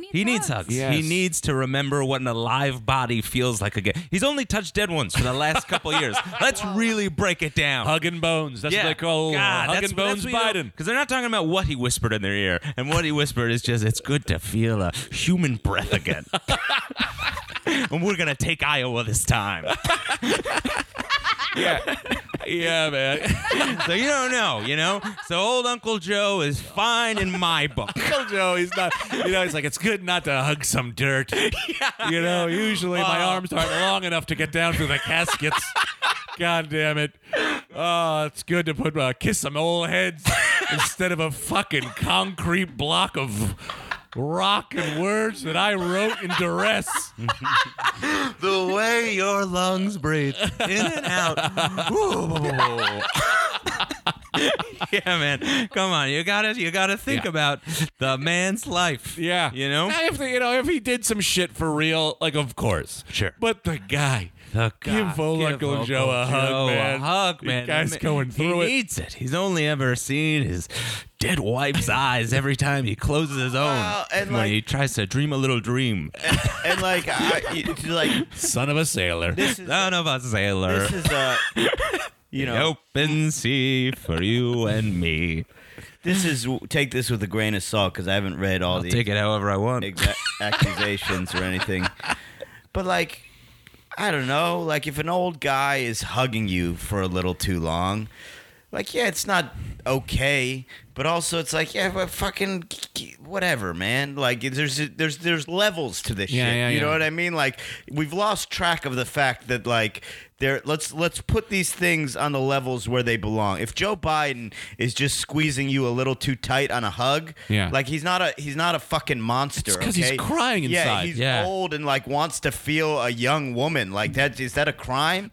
Speaker 2: hugs.
Speaker 4: needs hugs.
Speaker 3: Yes.
Speaker 2: He needs to remember what an alive body feels like again. He's only touched dead ones for the last couple years. Let's really break it down.
Speaker 3: Hugging bones. That's what they call uh, hugging bones. Biden.
Speaker 2: Because they're not talking about what he whispered in their ear. And what he whispered is just, it's good to feel a human breath again. and we're going to take Iowa this time.
Speaker 3: Yeah, yeah, man.
Speaker 2: so you don't know, you know? So old Uncle Joe is fine in my book.
Speaker 3: Uncle Joe, he's not. You know, he's like, it's good not to hug some dirt. You know, usually my
Speaker 2: Oh.
Speaker 3: arms aren't long enough to get down through the caskets. God damn it! Oh, it's good to put uh, kiss some old heads instead of a fucking concrete block of rock and words that I wrote in duress.
Speaker 2: The way your lungs breathe in and out. yeah, man. Come on, you gotta you gotta think
Speaker 3: Yeah.
Speaker 2: about the man's life.
Speaker 3: Yeah,
Speaker 2: you know.
Speaker 3: Now, if they, you know if he did some shit for real, like of course,
Speaker 2: Sure.
Speaker 3: But the guy,
Speaker 2: The
Speaker 3: Give old Uncle Joe a hug, man.
Speaker 2: A hug,
Speaker 3: The
Speaker 2: man.
Speaker 3: guy's
Speaker 2: The ma-
Speaker 3: going through it.
Speaker 2: He needs it. He's only ever seen his dead wife's eyes every time he closes his own.
Speaker 1: Well, and
Speaker 2: when
Speaker 1: like-
Speaker 2: he tries to dream a little dream.
Speaker 1: and like, I, you- like
Speaker 3: son of a sailor.
Speaker 1: this is
Speaker 2: Son of a sailor.
Speaker 1: this is uh, you know,
Speaker 2: The open sea for you and me.
Speaker 1: this is take this with a grain of salt because I haven't read all
Speaker 2: I'll
Speaker 1: the
Speaker 2: take it however I want.
Speaker 1: exact accusations or anything. But like, I don't know. Like, if an old guy is hugging you for a little too long, like, yeah, it's not okay. But also, it's like, yeah, but fucking whatever, man. Like, there's there's there's levels to this
Speaker 3: Yeah,
Speaker 1: shit.
Speaker 3: yeah,
Speaker 1: you know
Speaker 3: yeah.
Speaker 1: what I mean? Like, we've lost track of the fact that like. There, let's let's put these things on the levels where they belong. If Joe Biden is just squeezing you a little too tight on a hug,
Speaker 3: Yeah.
Speaker 1: like he's not a he's not a fucking monster.
Speaker 3: It's 'cause he's
Speaker 1: okay?
Speaker 3: crying
Speaker 1: Yeah,
Speaker 3: inside.
Speaker 1: he's
Speaker 2: Yeah.
Speaker 1: old and like wants to feel a young woman. Like that is that a crime?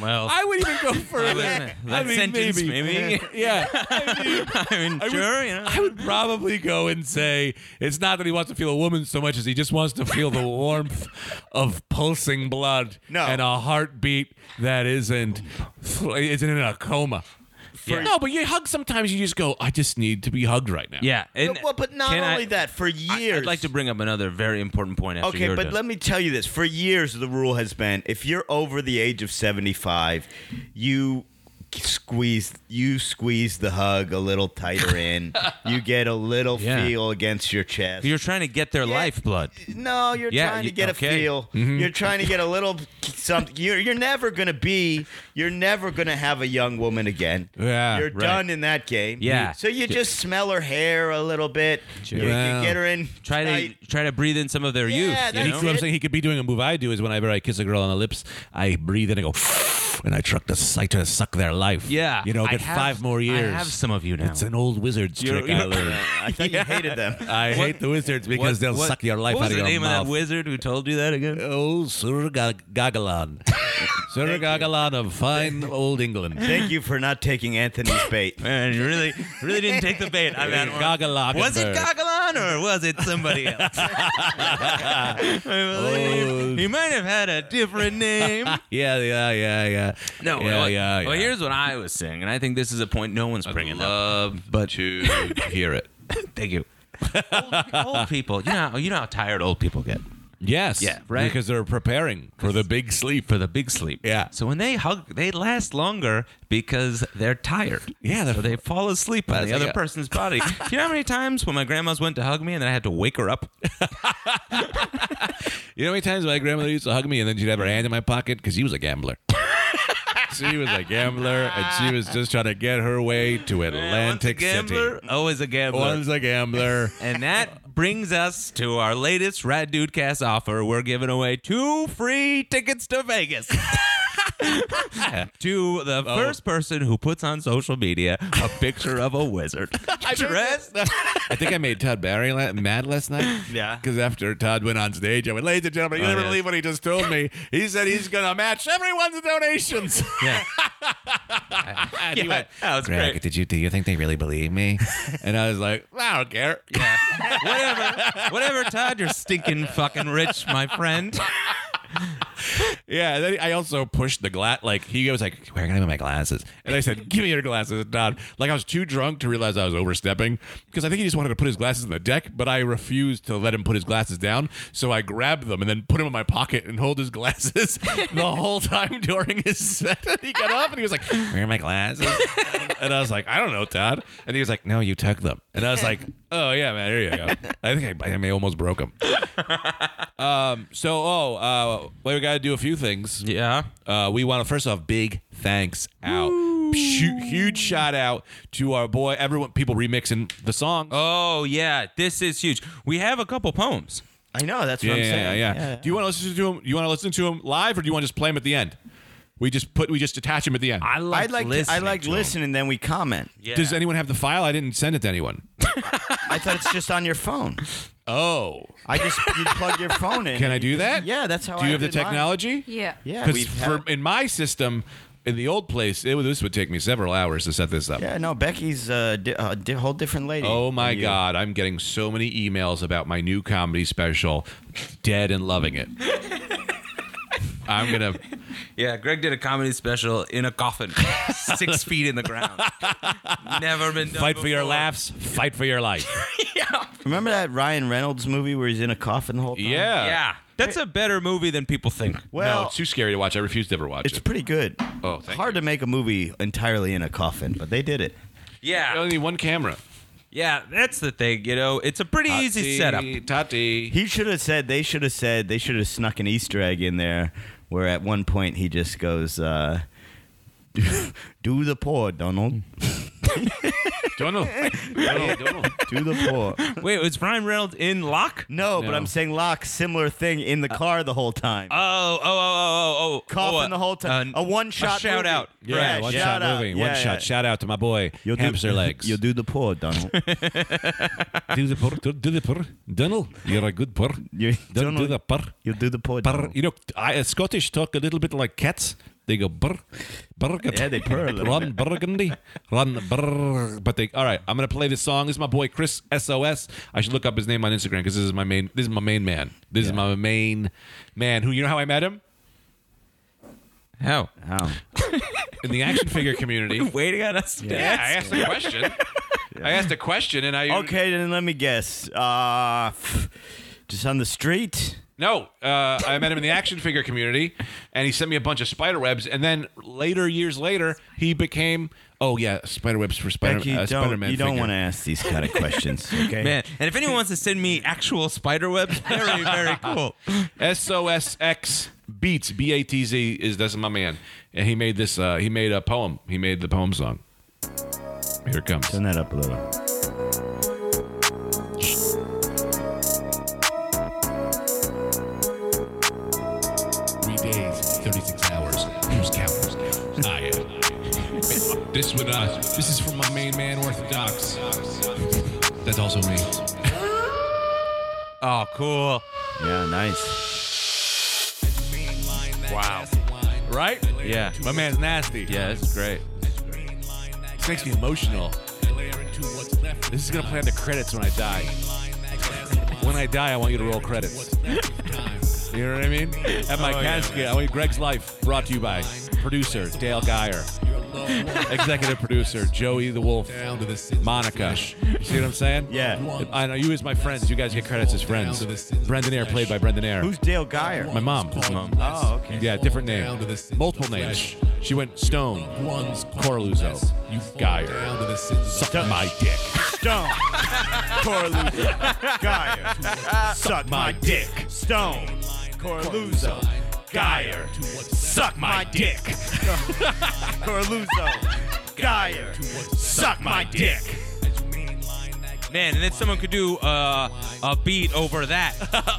Speaker 2: Well,
Speaker 3: I would even go further.
Speaker 2: that
Speaker 3: I mean,
Speaker 2: sentence,
Speaker 3: maybe.
Speaker 2: maybe.
Speaker 3: Yeah. I mean,
Speaker 2: I mean,
Speaker 3: I would-
Speaker 2: sure, you know.
Speaker 3: I would probably go and say it's not that he wants to feel a woman so much as he just wants to feel the warmth of pulsing blood
Speaker 1: No.
Speaker 3: and a heartbeat that isn't isn't in a coma.
Speaker 1: for
Speaker 2: Yeah.
Speaker 3: No, but you hug sometimes. You just go, I just need to be hugged right now.
Speaker 2: Yeah. And
Speaker 1: well, but not
Speaker 2: can I-
Speaker 1: only that, for
Speaker 2: I-
Speaker 1: years.
Speaker 2: I'd like to bring up another very important point after
Speaker 1: Okay,
Speaker 2: you're
Speaker 1: but
Speaker 2: done.
Speaker 1: let me tell you this. For years, the rule has been if you're over the age of 75, you squeeze you squeeze the hug a little tighter in. you get a little
Speaker 2: Yeah.
Speaker 1: feel against your chest.
Speaker 2: You're trying to get their lifeblood.
Speaker 1: no, you're
Speaker 2: Yeah,
Speaker 1: trying
Speaker 2: you-
Speaker 1: to get
Speaker 2: okay. Mm-hmm.
Speaker 1: a feel. You're trying to get a little something. You're, you're never going to be, you're never going to have a young woman again.
Speaker 3: Yeah,
Speaker 1: You're
Speaker 3: right.
Speaker 1: done in that game.
Speaker 2: Yeah.
Speaker 1: So you just smell her hair a little bit. You, you
Speaker 3: Wow.
Speaker 1: get her in.
Speaker 2: Try
Speaker 1: tight.
Speaker 2: to try to breathe in some of their
Speaker 1: Yeah,
Speaker 2: youth. You
Speaker 1: that's
Speaker 2: know?
Speaker 3: That's what I'm saying. He could be doing a move I do is whenever I kiss a girl on the lips, I breathe in and go, and I truck the, I try to suck their life.
Speaker 2: Yeah.
Speaker 3: you know,
Speaker 2: I
Speaker 3: get
Speaker 2: have-
Speaker 3: five more years.
Speaker 2: I have some of you now.
Speaker 3: It's an old wizard's
Speaker 2: You're-
Speaker 3: trick I
Speaker 2: you're-
Speaker 3: learned.
Speaker 1: I thought you hated them.
Speaker 3: I hate the wizards because they'll
Speaker 2: what-
Speaker 3: suck your life
Speaker 2: what was
Speaker 3: out of
Speaker 2: the
Speaker 3: your
Speaker 2: name
Speaker 3: mouth.
Speaker 2: of that wizard who told you that again?
Speaker 3: Oh, Sir Gag- Gagalan. Sir Gagalan of fine old England.
Speaker 1: Thank you for not taking Anthony's bait.
Speaker 2: Man, you really, really didn't take the bait on that one.
Speaker 3: Gagalan.
Speaker 2: Was it Gagalan or was it somebody else?
Speaker 3: Oh.
Speaker 2: he might have had a different name.
Speaker 3: Yeah, yeah, yeah, yeah.
Speaker 2: No,
Speaker 3: yeah,
Speaker 2: well,
Speaker 3: yeah, yeah.
Speaker 2: well, here's what I was saying, and I think this is a point no one's bringing up.
Speaker 3: but to hear it.
Speaker 2: Thank you. old, old people, you know, you know how tired old people get
Speaker 3: Yes.
Speaker 2: Yeah, right.
Speaker 3: Because they're preparing for the big sleep.
Speaker 2: for the big sleep.
Speaker 3: Yeah.
Speaker 2: So when they hug, they last longer because they're tired.
Speaker 3: Yeah, they're-
Speaker 2: So they fall asleep on the
Speaker 3: That's-
Speaker 2: other
Speaker 3: yeah.
Speaker 2: person's body. Do you know how many times when my grandma's went to hug me and then I had to wake her up?
Speaker 3: You know how many times my grandmother used to hug me and then she'd have her hand in my pocket because she was a gambler. she was a gambler and she was just trying to get her way to Atlantic
Speaker 2: Once a gambler,
Speaker 3: City.
Speaker 2: always a gambler.
Speaker 3: Once a gambler.
Speaker 2: And that brings us to our latest Rad Dude Cast offer. We're giving away two free tickets to Vegas. to the
Speaker 1: Oh.
Speaker 2: first person who puts on social media a picture of a wizard dressed.
Speaker 3: I think I made Todd Barry la- mad last night.
Speaker 2: Yeah.
Speaker 3: Because after Todd went on stage, I went, ladies and gentlemen, you
Speaker 2: Oh,
Speaker 3: never
Speaker 2: yes.
Speaker 3: believe what he just told me. He said he's going to match everyone's donations.
Speaker 2: Yeah.
Speaker 3: And he
Speaker 2: Yeah,
Speaker 3: went,
Speaker 2: that was
Speaker 3: Greg,
Speaker 2: great.
Speaker 3: did you, do you think they really believe me? and I was like, I don't care.
Speaker 2: Whatever, whatever, Todd. You're stinking fucking rich, my friend.
Speaker 3: Yeah, and then I also pushed the glass. Like he was like, "Where can I put my glasses?" And I said, "Give me your glasses, Don." Like I was too drunk to realize I was overstepping because I think he just wanted to put his glasses in the deck, but I refused to let him put his glasses down. So I grabbed them and then put them in my pocket and hold his glasses the whole time during his set. And he got up and he was like, "Where are my glasses?" And I was like, "I don't know, Todd." And he was like, "No, you took them." And I was like, "Oh yeah, man, here you go." I think I, I may almost broke them. Um, so, oh, uh, well, we got to do a few things.
Speaker 2: Yeah.
Speaker 3: Uh, we want to first off, big thanks out, Phew, huge shout out to our boy. Everyone, people remixing the song.
Speaker 2: Oh yeah, this is huge. We have a couple poems.
Speaker 1: I know. That's
Speaker 3: yeah,
Speaker 1: what I'm
Speaker 3: yeah, yeah,
Speaker 1: saying.
Speaker 3: yeah. Do you want to listen to him? You want to listen to him live, or do you want to just play him at the end? We just put, we just attach him at the end.
Speaker 2: I
Speaker 1: I
Speaker 2: like.
Speaker 1: like to, I
Speaker 2: listening
Speaker 1: like
Speaker 2: to 'em.
Speaker 1: listening, then we comment.
Speaker 2: Yeah.
Speaker 3: Does anyone have the file? I didn't send it to anyone.
Speaker 1: I thought it's just on your phone.
Speaker 3: Oh,
Speaker 1: I just you plug your phone in.
Speaker 3: can I do that?
Speaker 1: Yeah, that's how.
Speaker 3: Do
Speaker 1: I
Speaker 3: you have the
Speaker 1: did mine.
Speaker 3: technology?
Speaker 4: Yeah.
Speaker 1: Yeah,
Speaker 3: Because
Speaker 1: we've had-
Speaker 3: in my system, in the old place, it, would- this would take me several hours to set this up.
Speaker 1: Yeah, no, Becky's a di- a di- whole different lady.
Speaker 3: Oh my
Speaker 1: than you.
Speaker 3: God, I'm getting so many emails about my new comedy special, Dead and Loving It. I'm going to.
Speaker 2: Yeah, Greg did a comedy special in a coffin, six feet in the ground. Never been done
Speaker 3: Fight for your
Speaker 2: before.
Speaker 3: laughs, fight for your life.
Speaker 2: Oh.
Speaker 1: Remember that Ryan Reynolds movie where he's in a coffin the whole time?
Speaker 3: Yeah.
Speaker 2: Yeah, that's a better movie than people think.
Speaker 3: no,
Speaker 1: Well,
Speaker 3: it's too scary to watch. I refuse to ever watch
Speaker 1: it's
Speaker 3: it.
Speaker 1: pretty good.
Speaker 3: Oh, thank
Speaker 1: Hard to make a movie entirely in a coffin, but they did it.
Speaker 3: I
Speaker 2: Yeah,
Speaker 3: only need one camera.
Speaker 2: yeah, that's the thing. You know, it's a pretty easy
Speaker 3: Tati,
Speaker 2: setup.
Speaker 3: Tati.
Speaker 1: He should have said. They should have said. They should have snuck an Easter egg in there, where at one point he just goes, uh, "Do the poor, Donald.
Speaker 3: Donald. Donald. Donald.
Speaker 1: Do the poor."
Speaker 2: Wait, was Ryan Reynolds in Lock?
Speaker 1: No, but
Speaker 3: No. Uh,
Speaker 1: I'm saying Locke, similar thing in the car the whole time.
Speaker 2: Oh, oh, oh, oh, oh, oh,
Speaker 1: Coughing
Speaker 2: oh, uh,
Speaker 1: the whole time.
Speaker 2: uh,
Speaker 1: a one shot.
Speaker 2: shout out.
Speaker 3: Yeah,
Speaker 2: Right,
Speaker 3: one
Speaker 1: shout
Speaker 3: shot
Speaker 1: out.
Speaker 3: movie.
Speaker 1: Yeah,
Speaker 3: one
Speaker 1: yeah.
Speaker 3: shot. Shout out to my boy, Hamster Legs.
Speaker 1: You'll do the poor, Donald.
Speaker 3: do the purr. Do, do the purr. Donald, you're a good purr.
Speaker 1: You-
Speaker 3: Don't do
Speaker 1: Donald,
Speaker 3: the purr.
Speaker 1: You'll do the poor,
Speaker 3: Burr.
Speaker 1: Donald.
Speaker 3: You know, I, uh, Scottish talk a little bit like cats. They go burr, burger.
Speaker 1: Yeah, they purr a little
Speaker 3: Run burgundy, run burr. But they. All right, I'm gonna play this song. This is my boy Chris SOS. I should look up his name on Instagram because this is my main. This is my main man. This is my main man. Who you know how I met him?
Speaker 2: How?
Speaker 1: How?
Speaker 3: in the action figure community.
Speaker 2: Waiting on us. to
Speaker 3: Yeah,
Speaker 2: ask.
Speaker 3: I asked a question. I asked a question, and I
Speaker 1: Okay, then let me guess. Uh, pff, just on the street.
Speaker 3: No, uh, I met him in the action figure community, and he sent me a bunch of spider webs. And then later, years later, he became oh yeah, spider webs for Spider
Speaker 1: Becky,
Speaker 3: uh,
Speaker 1: don't,
Speaker 3: Spider-Man.
Speaker 1: you don't
Speaker 3: figure.
Speaker 1: want to ask these kind of questions, okay?
Speaker 2: Man, and if anyone wants to send me actual spider webs, very, very cool.
Speaker 3: S O S X Beats B A T Z is that's my man, and he made this. Uh, he made a poem. He made the poem song. Here it comes.
Speaker 1: Turn that up a little.
Speaker 3: Three days, thirty-six hours. Who's counting? I am. Ah, This one, uh, this is from my main man, Orthodox. That's also me.
Speaker 2: Oh, cool.
Speaker 1: Yeah, nice.
Speaker 3: Wow. Right?
Speaker 2: Yeah.
Speaker 3: My man's nasty.
Speaker 2: Yeah, that's great.
Speaker 3: This makes me emotional. This is gonna play on the credits when I die. When I die, I want you to roll credits. You know what I mean? At
Speaker 2: Oh,
Speaker 3: my casket, I want Greg's Life brought to you by producer Dale Geyer, executive producer Joey the Wolf, Monica. You see what I'm saying?
Speaker 1: Yeah.
Speaker 3: I know you as my friends. You guys get credits as friends. Brendan Eyre played by Brendan Eyre.
Speaker 1: Who's Dale Geyer?
Speaker 3: my mom?
Speaker 1: Oh, okay.
Speaker 3: Yeah, different name. Multiple names. She went Stone, Corluzzo, Geyer. Suck my dick.
Speaker 1: Stone. Corluzzo. Geyer. Suck my dick. Stone. Corluzzo. Geyer. Suck my dick. Corluzzo. Geyer. Suck my dick.
Speaker 2: Man, and then someone could do uh, a beat over that.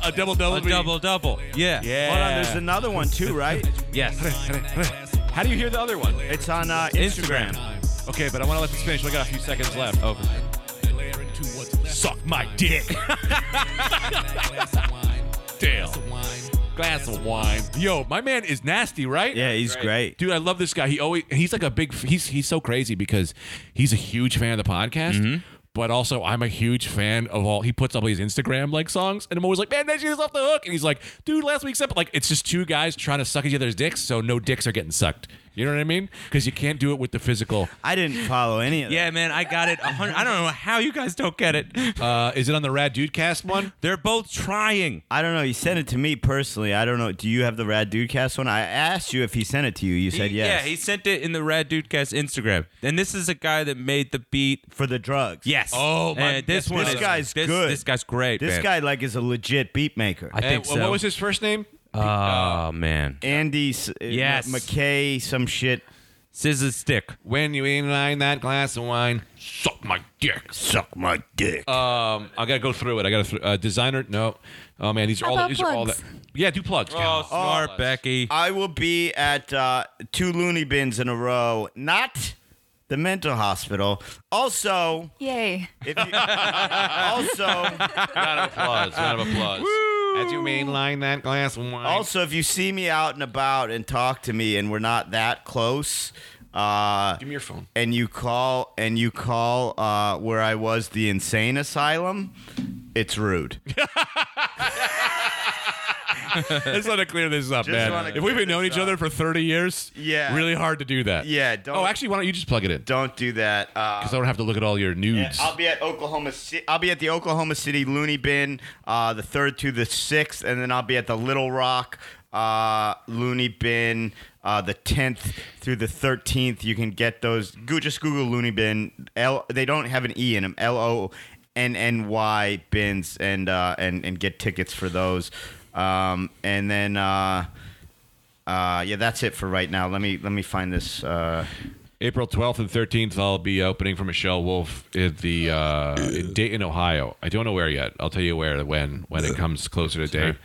Speaker 3: A double double.
Speaker 2: a double double. Yeah.
Speaker 3: Yeah.
Speaker 1: Hold on, there's another one too, right?
Speaker 2: Yes.
Speaker 3: How do you hear the other one?
Speaker 1: It's on uh, Instagram.
Speaker 2: Instagram.
Speaker 3: Okay, but I want to let this finish. We got a few seconds left. Oh. Suck my dick. Dale. Glass of wine. Yo, my man is nasty, right?
Speaker 1: Yeah, he's great.
Speaker 3: Dude, I love this guy. He always he's like a big he's he's so crazy because he's a huge fan of the podcast.
Speaker 2: Mm-hmm.
Speaker 3: But also, I'm a huge fan of all. He puts up all these Instagram like songs, and I'm always like, "Man, that shit is off the hook." And he's like, "Dude, last week's episode, like, it's just two guys trying to suck each other's dicks, so no dicks are getting sucked." You know what I mean? Because you can't do it with the physical.
Speaker 1: I didn't follow any of that.
Speaker 2: Yeah, man, I got it. a hundred- I don't know how you guys don't get it.
Speaker 3: Uh, is it on the Rad Dude Cast one?
Speaker 2: They're both trying.
Speaker 1: I don't know. He sent it to me personally. I don't know. Do you have the Rad Dude Cast one? I asked you if he sent it to you. You said
Speaker 2: He-
Speaker 1: yes.
Speaker 2: Yeah, he sent it in the Rad Dudecast Instagram. And this is a guy that made the beat.
Speaker 1: for the drugs.
Speaker 2: Yes.
Speaker 3: Oh, my-
Speaker 2: And this
Speaker 3: yes,
Speaker 2: one
Speaker 3: this
Speaker 2: is-
Speaker 1: guy's
Speaker 2: this,
Speaker 1: good.
Speaker 2: This uh, guy's great.
Speaker 1: This
Speaker 2: man.
Speaker 1: guy like is a legit beat maker.
Speaker 2: I think
Speaker 3: And
Speaker 2: so.
Speaker 3: What was his first name?
Speaker 2: Oh man,
Speaker 1: Andy S- uh,
Speaker 2: Yes.
Speaker 1: McKay, some shit.
Speaker 2: scissors stick.
Speaker 3: When you inline that glass of wine, suck my dick.
Speaker 1: Suck my dick.
Speaker 3: Um, I gotta go through it. I gotta th- uh, designer. No, oh man, these are
Speaker 4: How
Speaker 3: all.
Speaker 4: about
Speaker 3: These are all that.
Speaker 4: plugs?
Speaker 3: Yeah, do plugs.
Speaker 2: Oh, smart Becky.
Speaker 1: I will be at uh, two loony bins in a row, not the mental hospital. Also,
Speaker 4: Yay.
Speaker 1: if you, also,
Speaker 3: round of applause. Round of applause. As you mainline that glass of wine.
Speaker 1: also, if you see me out and about and talk to me, and we're not that close, uh,
Speaker 3: give me your phone.
Speaker 1: and you call and you call uh, where I was the insane asylum, it's rude.
Speaker 3: I just want to clear this up,
Speaker 1: Just wanna
Speaker 3: man. If we've
Speaker 1: clear
Speaker 3: been knowing
Speaker 1: this
Speaker 3: each other for 30 years,
Speaker 1: Yeah.
Speaker 3: really hard to do that.
Speaker 1: Yeah, don't-
Speaker 3: Oh, actually, why don't you just plug it in? Because
Speaker 1: Don't do that. Uh,
Speaker 3: I don't have to look at all your nudes.
Speaker 1: I'll be at Oklahoma. Ci- I'll be at the Oklahoma City Looney Bin, uh, the third to the sixth, and then I'll be at the Little Rock uh, Looney Bin, uh, the tenth through the thirteenth. You can get those. Go, just Google Looney Bin. L. They don't have an e in them. L O N N Y bins, and uh, and and get tickets for those. Um, and then. Uh, uh, yeah, that's it for right now. Let me let me find this. Uh,
Speaker 3: April 12th and 13th, I'll be opening for Michelle Wolf at the uh, in Dayton, Ohio. I don't know where yet. I'll tell you where when when it comes closer to date.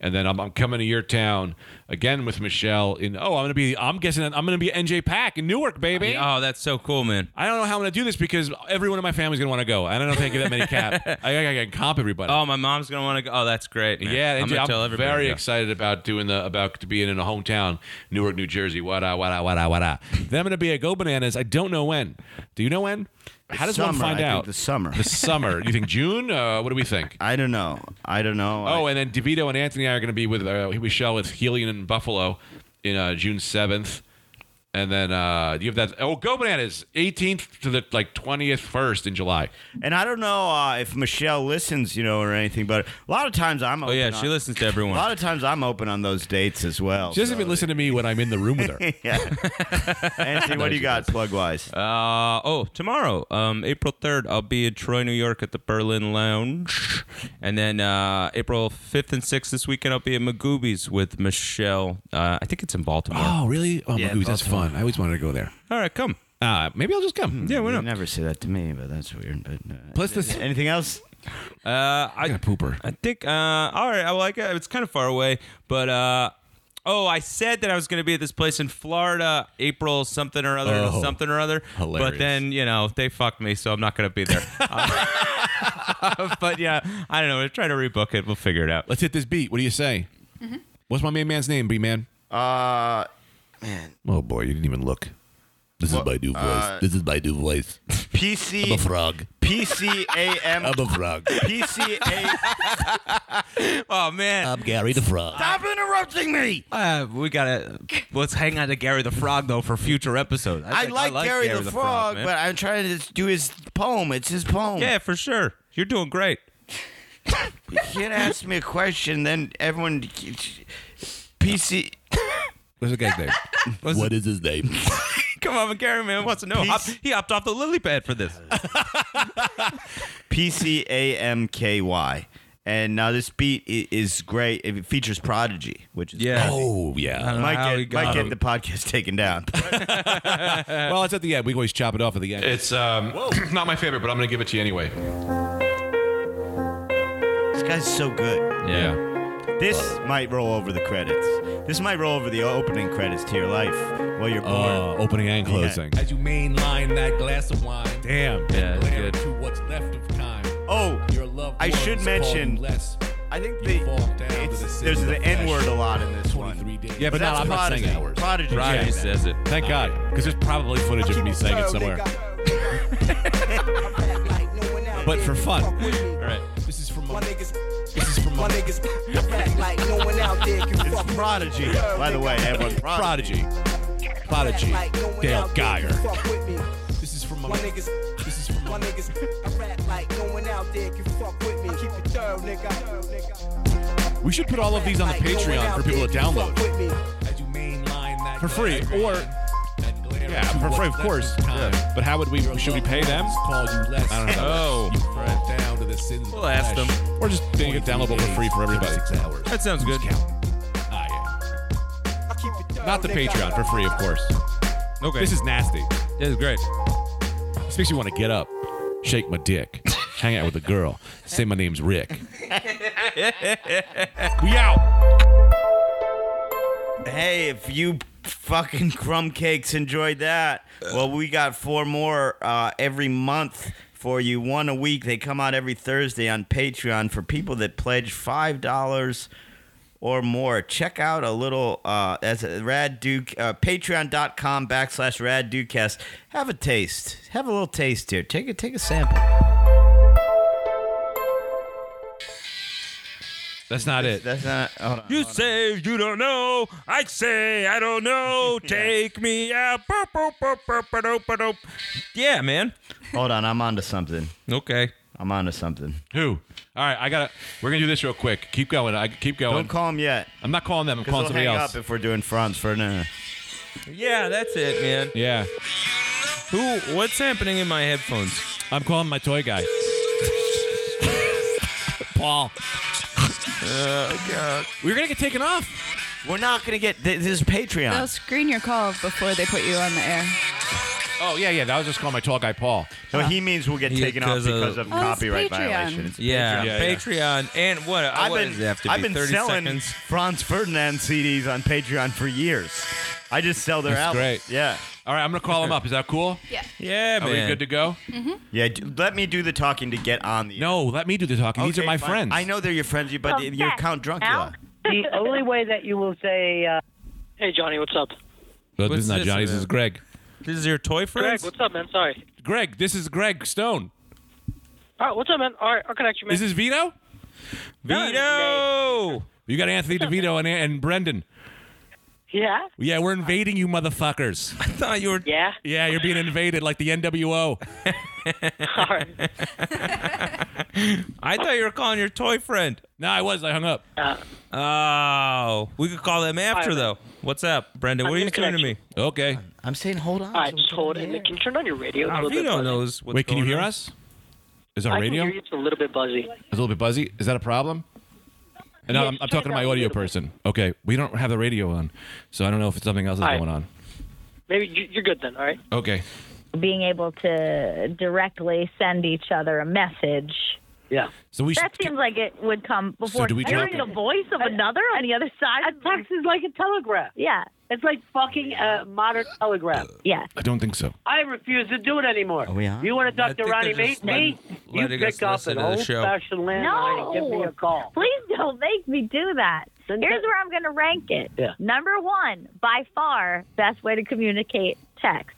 Speaker 3: And then I'm, I'm coming to your town again with Michelle. In oh, I'm gonna be. I'm guessing I'm gonna be at NJ Pack in Newark, baby.
Speaker 2: Oh, that's so cool, man.
Speaker 3: I don't know how I'm gonna do this because everyone in my family's gonna want to go. I don't know if I can get that many cap. I, I, I can comp everybody.
Speaker 2: Oh, my mom's gonna want to go. Oh, that's great. Man.
Speaker 3: Yeah,
Speaker 2: I'm
Speaker 3: and
Speaker 2: gonna
Speaker 3: I'm,
Speaker 2: tell everybody.
Speaker 3: very
Speaker 2: to go.
Speaker 3: excited about doing the about being in a hometown, Newark, New Jersey. Wada wada wada wada. then I'm gonna be at Go Bananas. I don't know when. Do you know when? How does one
Speaker 1: summer,
Speaker 3: find
Speaker 1: I think
Speaker 3: out?
Speaker 1: the summer.
Speaker 3: The summer. you think June? Uh, what do we think?
Speaker 1: I don't know. I don't know. I-
Speaker 3: Oh, and then DeVito and Anthony and I are gonna be with uh, Michelle with Helian and Buffalo in uh, June 7th. And then uh, you have that. Oh, go bananas! 18th to the like 20th, first in July.
Speaker 1: And I don't know uh, if Michelle listens, you know, or anything, but a lot of times I'm
Speaker 2: Oh
Speaker 1: open.
Speaker 2: yeah,
Speaker 1: on,
Speaker 2: she listens to
Speaker 1: A
Speaker 2: everyone.
Speaker 1: lot of times I'm open on those dates as well.
Speaker 3: She doesn't
Speaker 1: so-
Speaker 3: even listen to me when I'm in the room with her.
Speaker 1: Yeah. Anthony, what do you got plug wise?
Speaker 2: Uh, oh, tomorrow, um, April 3rd, I'll be in Troy, New York at the Berlin Lounge. And then uh, April 5th and 6th this weekend, I'll be at Magoobies with Michelle. Uh, I think it's in Baltimore.
Speaker 3: really? Oh,
Speaker 1: Yeah,
Speaker 3: my goodness, that's fun. I always wanted to go there.
Speaker 2: All right, come.
Speaker 3: Uh, maybe I'll just come.
Speaker 2: Yeah, why
Speaker 1: Hmm, you
Speaker 2: not?
Speaker 1: never say that to me, but that's weird. But uh,
Speaker 3: Plus this-
Speaker 1: anything else?
Speaker 2: Uh,
Speaker 3: I
Speaker 2: I,
Speaker 3: got pooper.
Speaker 2: I think, uh, all right, I like it. It's kind of far away, but. Uh, Oh, I said that I was going to be at this place in Florida, April something or other,
Speaker 3: Oh,
Speaker 2: something or other.
Speaker 3: hilarious.
Speaker 2: But then, you know, they fucked me, so I'm not going to be there. Uh, but yeah, I don't know. We're trying to rebook it. We'll figure it out.
Speaker 3: Let's hit this beat. What do you say? What's my main man's name, B man?
Speaker 1: Uh,
Speaker 3: Oh boy, you didn't even look. This is
Speaker 1: What-
Speaker 3: my new voice.
Speaker 1: uh,
Speaker 3: this is my new voice. I'm a
Speaker 1: PC
Speaker 3: frog.
Speaker 1: PCAM
Speaker 3: I'm a frog.
Speaker 1: PCA.
Speaker 2: Oh man,
Speaker 3: I'm Gary the frog.
Speaker 1: Stop interrupting me.
Speaker 2: Uh, we gotta let's hang on to Gary the Frog though for future episodes.
Speaker 1: I,
Speaker 2: think-
Speaker 1: like, Gary, the, Frog,
Speaker 2: man.
Speaker 1: but I'm trying to just do his poem. It's his poem.
Speaker 2: yeah, for sure, you're doing great.
Speaker 1: You can't ask me a question, then everyone. PC.
Speaker 3: What's the guy's name? what is his name?
Speaker 2: Come on, Gary man wants to know.
Speaker 1: Peace.
Speaker 2: Hop, he hopped off the lily pad for this.
Speaker 1: P C A M K Y. And now this beat i- is great. It features Prodigy, which is
Speaker 2: Yeah.
Speaker 3: oh yeah.
Speaker 1: Might
Speaker 2: How he
Speaker 1: get,
Speaker 2: got
Speaker 1: might get
Speaker 2: it.
Speaker 1: the podcast taken down.
Speaker 3: Well, it's at the end. We can always chop it off at the end.
Speaker 6: It's um, not my favorite, but I'm going to give it to you anyway.
Speaker 1: this guy's so good.
Speaker 2: Yeah,
Speaker 1: This might roll over the credits. This might roll over the opening credits to your life while you're
Speaker 3: Uh,
Speaker 2: Oh.
Speaker 1: born.
Speaker 3: opening and closing.
Speaker 7: As you mainline that glass of wine,
Speaker 3: Damn.
Speaker 2: yeah, it's
Speaker 7: glare
Speaker 2: good.
Speaker 7: to what's left of time.
Speaker 1: Oh,
Speaker 7: Your loved
Speaker 1: I should
Speaker 7: ones call you
Speaker 1: mention-
Speaker 7: less.
Speaker 1: I think
Speaker 7: You fall down
Speaker 1: the,
Speaker 7: to
Speaker 1: it's-
Speaker 7: the sin
Speaker 1: there's
Speaker 7: of
Speaker 1: the
Speaker 7: flesh.
Speaker 1: N word a lot in this one.
Speaker 7: 23 days.
Speaker 3: Yeah, but
Speaker 1: that's
Speaker 3: not, I'm not
Speaker 1: Prodigy.
Speaker 3: saying ours.
Speaker 1: Prodigy.
Speaker 2: Prodigy
Speaker 1: yeah.
Speaker 2: says it.
Speaker 3: Thank God, because there's probably footage of me saying
Speaker 8: Oh,
Speaker 3: it somewhere. But for fun.
Speaker 2: All right,
Speaker 7: This is from
Speaker 3: uh,
Speaker 7: my niggas. This is from my niggas.
Speaker 8: like no one out there can fuck
Speaker 1: It's
Speaker 3: uh,
Speaker 8: with.
Speaker 1: Prodigy, by the way, everyone. Prodigy.
Speaker 3: Prodigy. Prodigy.
Speaker 8: Like no one
Speaker 3: Dale
Speaker 8: out there
Speaker 3: Geyer.
Speaker 8: can fuck with me.
Speaker 7: This is from my
Speaker 8: My niggas.
Speaker 7: This is from
Speaker 3: uh,
Speaker 8: My
Speaker 7: my
Speaker 8: niggas, I rap like no one out there can fuck with me. Keep it thorough, nigga.
Speaker 3: We should put all of these on the
Speaker 8: Like no one
Speaker 3: Patreon
Speaker 8: out
Speaker 3: for people
Speaker 8: there
Speaker 3: to
Speaker 8: can fuck
Speaker 3: download.
Speaker 8: with me.
Speaker 7: As you mainline that
Speaker 3: For free,
Speaker 7: glass
Speaker 3: or-
Speaker 7: that glare
Speaker 3: Yeah,
Speaker 7: to
Speaker 3: for free, of course.
Speaker 7: what's left time.
Speaker 3: But how would we?
Speaker 7: Your
Speaker 3: Should we
Speaker 7: loved
Speaker 3: pay them?
Speaker 7: ones Call you less.
Speaker 3: I don't know.
Speaker 2: Oh.
Speaker 7: You fall down to the sins of
Speaker 2: We'll ask
Speaker 7: flesh.
Speaker 2: them.
Speaker 3: Or just make it downloadable for free for everybody.
Speaker 7: Six hours.
Speaker 2: that sounds good.
Speaker 3: Ah,
Speaker 8: I keep it
Speaker 3: yeah.
Speaker 8: thorough,
Speaker 3: Not the
Speaker 8: nigga.
Speaker 3: Patreon for free, of course.
Speaker 2: Okay,
Speaker 3: This is nasty.
Speaker 2: this is great.
Speaker 3: This makes me want to get up, shake my dick, hang out with a girl, say my name's Rick. we out.
Speaker 1: Hey, if you fucking crumb cakes enjoyed that, well, we got four more uh, every month for you, one a week. They come out every Thursday on Patreon for people that pledge five dollars or more. Check out a little uh, as a Rad Duke uh, Patreon.com backslash Rad Dukecast. Have a taste. Have a little taste here. Take a take a sample.
Speaker 3: That's not it.
Speaker 1: That's not. Hold on.
Speaker 2: You say you don't know. I say I don't know. Take me out. Boop, boop, boop, boop, boop, boop, boop. Yeah, man.
Speaker 1: Hold on. I'm onto something.
Speaker 2: Okay.
Speaker 1: I'm onto something.
Speaker 3: Who? All right, I gotta. We're gonna do this real quick. Keep going. I keep going.
Speaker 1: Don't call him yet.
Speaker 3: I'm not calling them. I'm
Speaker 1: Because
Speaker 3: calling
Speaker 1: we'll
Speaker 3: somebody
Speaker 1: hang
Speaker 3: else.
Speaker 1: up if we're doing Franz Ferdinand.
Speaker 2: Yeah, that's it, man.
Speaker 3: yeah,
Speaker 2: Who? What's happening in my headphones?
Speaker 3: I'm calling my toy guy. Paul.
Speaker 2: Uh,
Speaker 3: We're gonna get taken off.
Speaker 1: We're not gonna get th- this is Patreon.
Speaker 4: They'll screen your call before they put you on the air.
Speaker 3: Oh yeah, yeah. That was just calling my toy guy Paul.
Speaker 1: no, he means we'll get
Speaker 2: Yeah,
Speaker 1: taken off
Speaker 2: because
Speaker 1: because
Speaker 2: of-
Speaker 1: of
Speaker 4: Oh, it's
Speaker 1: copyright
Speaker 4: Patreon.
Speaker 1: violations.
Speaker 2: Yeah,
Speaker 3: Yeah, yeah.
Speaker 2: Patreon and what?
Speaker 1: I've
Speaker 2: what
Speaker 1: been
Speaker 2: does it have to
Speaker 1: I've
Speaker 2: be?
Speaker 1: been
Speaker 2: 30
Speaker 1: selling
Speaker 2: seconds.
Speaker 1: Franz Ferdinand CDs on Patreon for years. I just sell their
Speaker 3: That's
Speaker 1: albums.
Speaker 3: great.
Speaker 1: Yeah,
Speaker 3: All right, I'm gonna call him up. Is that cool?
Speaker 4: Yeah.
Speaker 2: Yeah,
Speaker 3: Are
Speaker 2: man.
Speaker 3: we good to go?
Speaker 1: yeah. d- Let me do the talking to get on the.
Speaker 3: No, let me do the talking. These
Speaker 1: Okay,
Speaker 3: are my
Speaker 1: fine.
Speaker 3: friends.
Speaker 1: I know they're your friends, you- but
Speaker 9: Oh,
Speaker 1: you
Speaker 9: yes.
Speaker 1: count drunk you are.
Speaker 9: the only way that you will say, uh, "Hey Johnny, what's up?"
Speaker 3: Well, this
Speaker 2: What's
Speaker 3: is not
Speaker 2: this
Speaker 3: Johnny. This
Speaker 2: about?
Speaker 3: is Greg.
Speaker 2: this is your toy
Speaker 9: Greg,
Speaker 2: friends.
Speaker 9: what's up, man? Sorry.
Speaker 3: Greg, this is Greg Stone.
Speaker 9: All right, what's up, man? All right, I'll connect you, man.
Speaker 3: Is this Vito?
Speaker 2: Vito.
Speaker 3: You got Anthony DeVito and, and Brendan.
Speaker 9: Yeah?
Speaker 3: Yeah, we're invading you, motherfuckers.
Speaker 2: I thought you were.
Speaker 9: Yeah?
Speaker 3: Yeah, you're being invaded like the NWO.
Speaker 9: All right.
Speaker 2: I thought you were calling your toy friend.
Speaker 3: No, I was. I hung up.
Speaker 2: Oh, we could call them after
Speaker 9: Hi,
Speaker 2: though. What's up, Brendan?
Speaker 9: I'm
Speaker 2: What are you
Speaker 9: gonna
Speaker 2: doing to me?
Speaker 9: connect
Speaker 3: Okay.
Speaker 1: I'm saying hold on.
Speaker 9: All right,
Speaker 1: so we
Speaker 9: just hold
Speaker 1: hear.
Speaker 9: it. Can you turn on your radio? It's a
Speaker 2: Oh,
Speaker 9: little
Speaker 2: he
Speaker 9: bit
Speaker 2: don't
Speaker 9: buzzy.
Speaker 2: know what's
Speaker 3: Wait, can you
Speaker 2: going
Speaker 3: hear
Speaker 2: on.
Speaker 3: us? Is our
Speaker 9: I can
Speaker 3: radio?
Speaker 9: hear you. It's a little bit buzzy.
Speaker 3: It's a little bit buzzy. Is that a problem? And
Speaker 9: Yeah,
Speaker 3: I'm, I'm
Speaker 9: just turn
Speaker 3: talking to
Speaker 9: it
Speaker 3: my
Speaker 9: down a
Speaker 3: audio
Speaker 9: little bit.
Speaker 3: person. Okay, we don't have the radio on, so I don't know if it's something else is
Speaker 9: All right.
Speaker 3: going on.
Speaker 9: Maybe you- you're good then, all right?
Speaker 3: Okay.
Speaker 10: being able to directly send each other a message.
Speaker 9: Yeah.
Speaker 3: So we
Speaker 10: That
Speaker 3: should.
Speaker 10: seems like it would come before
Speaker 3: do we
Speaker 10: hearing
Speaker 3: drop
Speaker 10: the voice of another on the other side.
Speaker 9: A text is like a telegraph.
Speaker 10: Yeah,
Speaker 9: It's like fucking a modern telegraph.
Speaker 10: yeah.
Speaker 3: I don't think so.
Speaker 9: I refuse to do it anymore.
Speaker 1: Are we on?
Speaker 9: You want to
Speaker 2: I
Speaker 9: talk to
Speaker 2: think
Speaker 9: Ronnie
Speaker 2: they're just
Speaker 9: Mate? Me?
Speaker 2: letting-
Speaker 9: You
Speaker 2: letting us
Speaker 9: pick up
Speaker 2: listen
Speaker 9: an
Speaker 2: to the
Speaker 9: old
Speaker 2: show.
Speaker 9: fashioned landline
Speaker 10: No.
Speaker 9: and give me a call.
Speaker 10: Please don't make me do that.
Speaker 9: Then
Speaker 10: Here's
Speaker 9: that-
Speaker 10: where I'm going to rank it.
Speaker 9: Yeah.
Speaker 10: Number one, by far, best way to communicate text.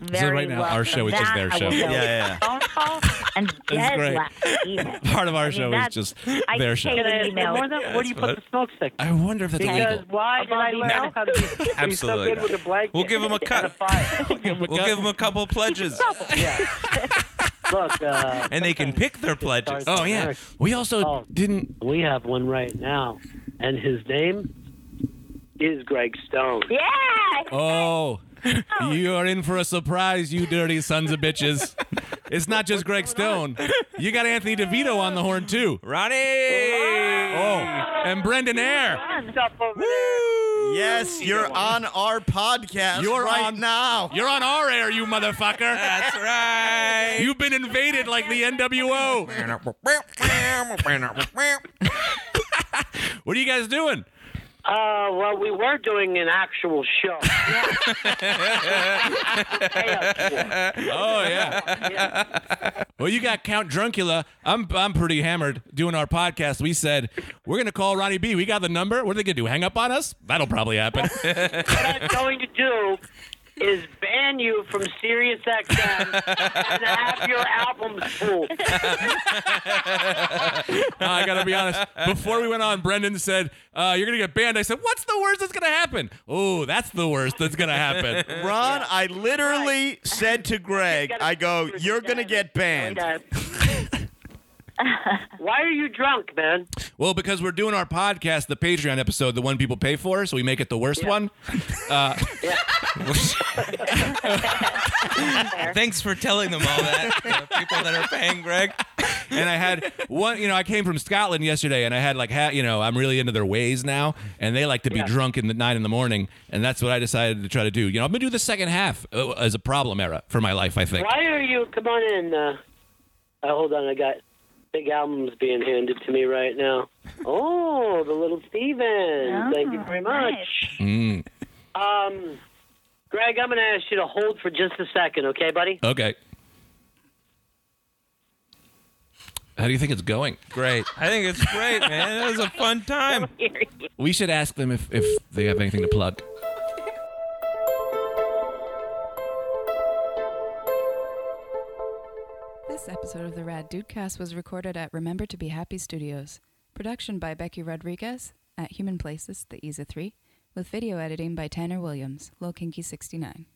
Speaker 10: Very
Speaker 3: right now,
Speaker 10: well.
Speaker 3: our show is just
Speaker 10: That
Speaker 3: their
Speaker 10: I
Speaker 3: show.
Speaker 10: will
Speaker 3: Yeah,
Speaker 10: go
Speaker 1: yeah, yeah.
Speaker 10: Phone call and dead
Speaker 3: great.
Speaker 10: last email.
Speaker 3: Part of our show is
Speaker 10: that's-
Speaker 3: just
Speaker 10: I
Speaker 3: their show.
Speaker 10: hate
Speaker 9: And then-
Speaker 10: email.
Speaker 9: More than, where do you put the smoke stick?
Speaker 3: I wonder if that's
Speaker 9: Because
Speaker 3: illegal.
Speaker 9: why did I
Speaker 10: Above
Speaker 9: let
Speaker 10: email?
Speaker 9: Al come be- be
Speaker 2: Absolutely
Speaker 9: so good
Speaker 2: not.
Speaker 9: with a blanket?
Speaker 2: We'll give him a cut.
Speaker 9: and fire?
Speaker 2: We'll give them a couple pledges,
Speaker 9: yeah. Look, uh,
Speaker 2: and they can pick their pledges.
Speaker 9: Oh,
Speaker 3: Yeah. We also
Speaker 9: Oh.
Speaker 3: didn't.
Speaker 9: we have one right now, and his name is Greg Stone.
Speaker 10: Yeah.
Speaker 3: Oh, you are in for a surprise, you dirty sons of bitches. It's not just Greg Stone. You got Anthony DeVito on the horn too.
Speaker 2: Ronnie.
Speaker 3: Oh, and Brendan Air.
Speaker 9: Stop over there.
Speaker 1: Yes, you're on our podcast
Speaker 3: You're
Speaker 1: right
Speaker 3: on-
Speaker 1: now.
Speaker 3: You're on our air, you motherfucker.
Speaker 2: That's right.
Speaker 3: You've been invaded like the NWO. What are you guys doing?
Speaker 9: Uh, well, we were doing an actual show.
Speaker 3: Oh yeah. Well, you got Count Druncula. I'm I'm pretty hammered doing our podcast. We said we're gonna call Ronnie B. We got the number. What are they gonna do? Hang up on us? That'll probably happen.
Speaker 9: what I'm going to do is ban you from Sirius XM and have your albums full.
Speaker 3: Uh, I gotta be honest. Before we went on, Brendan said uh, you're gonna get banned. I said, what's the worst that's gonna happen? Oh, that's the worst that's gonna happen.
Speaker 1: Ron, I literally said to Greg, I go, you're going to get banned.
Speaker 9: Why are you drunk, man?
Speaker 3: Well, because we're doing our podcast, the Patreon episode, the one people pay for, so we make it the worst one.
Speaker 2: Thanks for telling them all that. the people that are paying Greg.
Speaker 3: and I had one, you know, I came from Scotland yesterday, and I had like, ha- you know, I'm really into their ways now, and they like to be drunk in the nine in the morning, and that's what I decided to try to do. You know, I'm gonna do the second half uh, as a problem era for my life. I think.
Speaker 9: Why are you? Come on in. Uh, uh, hold on, I got big albums being handed to me right now. Oh, the little Steven. Thank you very much. Um, Greg, I'm going to ask you to hold for just a second, okay, buddy?
Speaker 3: Okay. How do you think it's going?
Speaker 2: Great. I think it's great, man. It was a fun time.
Speaker 3: We should ask them if if they have anything to plug.
Speaker 4: This episode of the Rad Dudecast was recorded at Remember to Be Happy Studios. Production by Becky Rodriguez at Human Places, the EZA 3, with video editing by Tanner Williams, Low Kinky 69.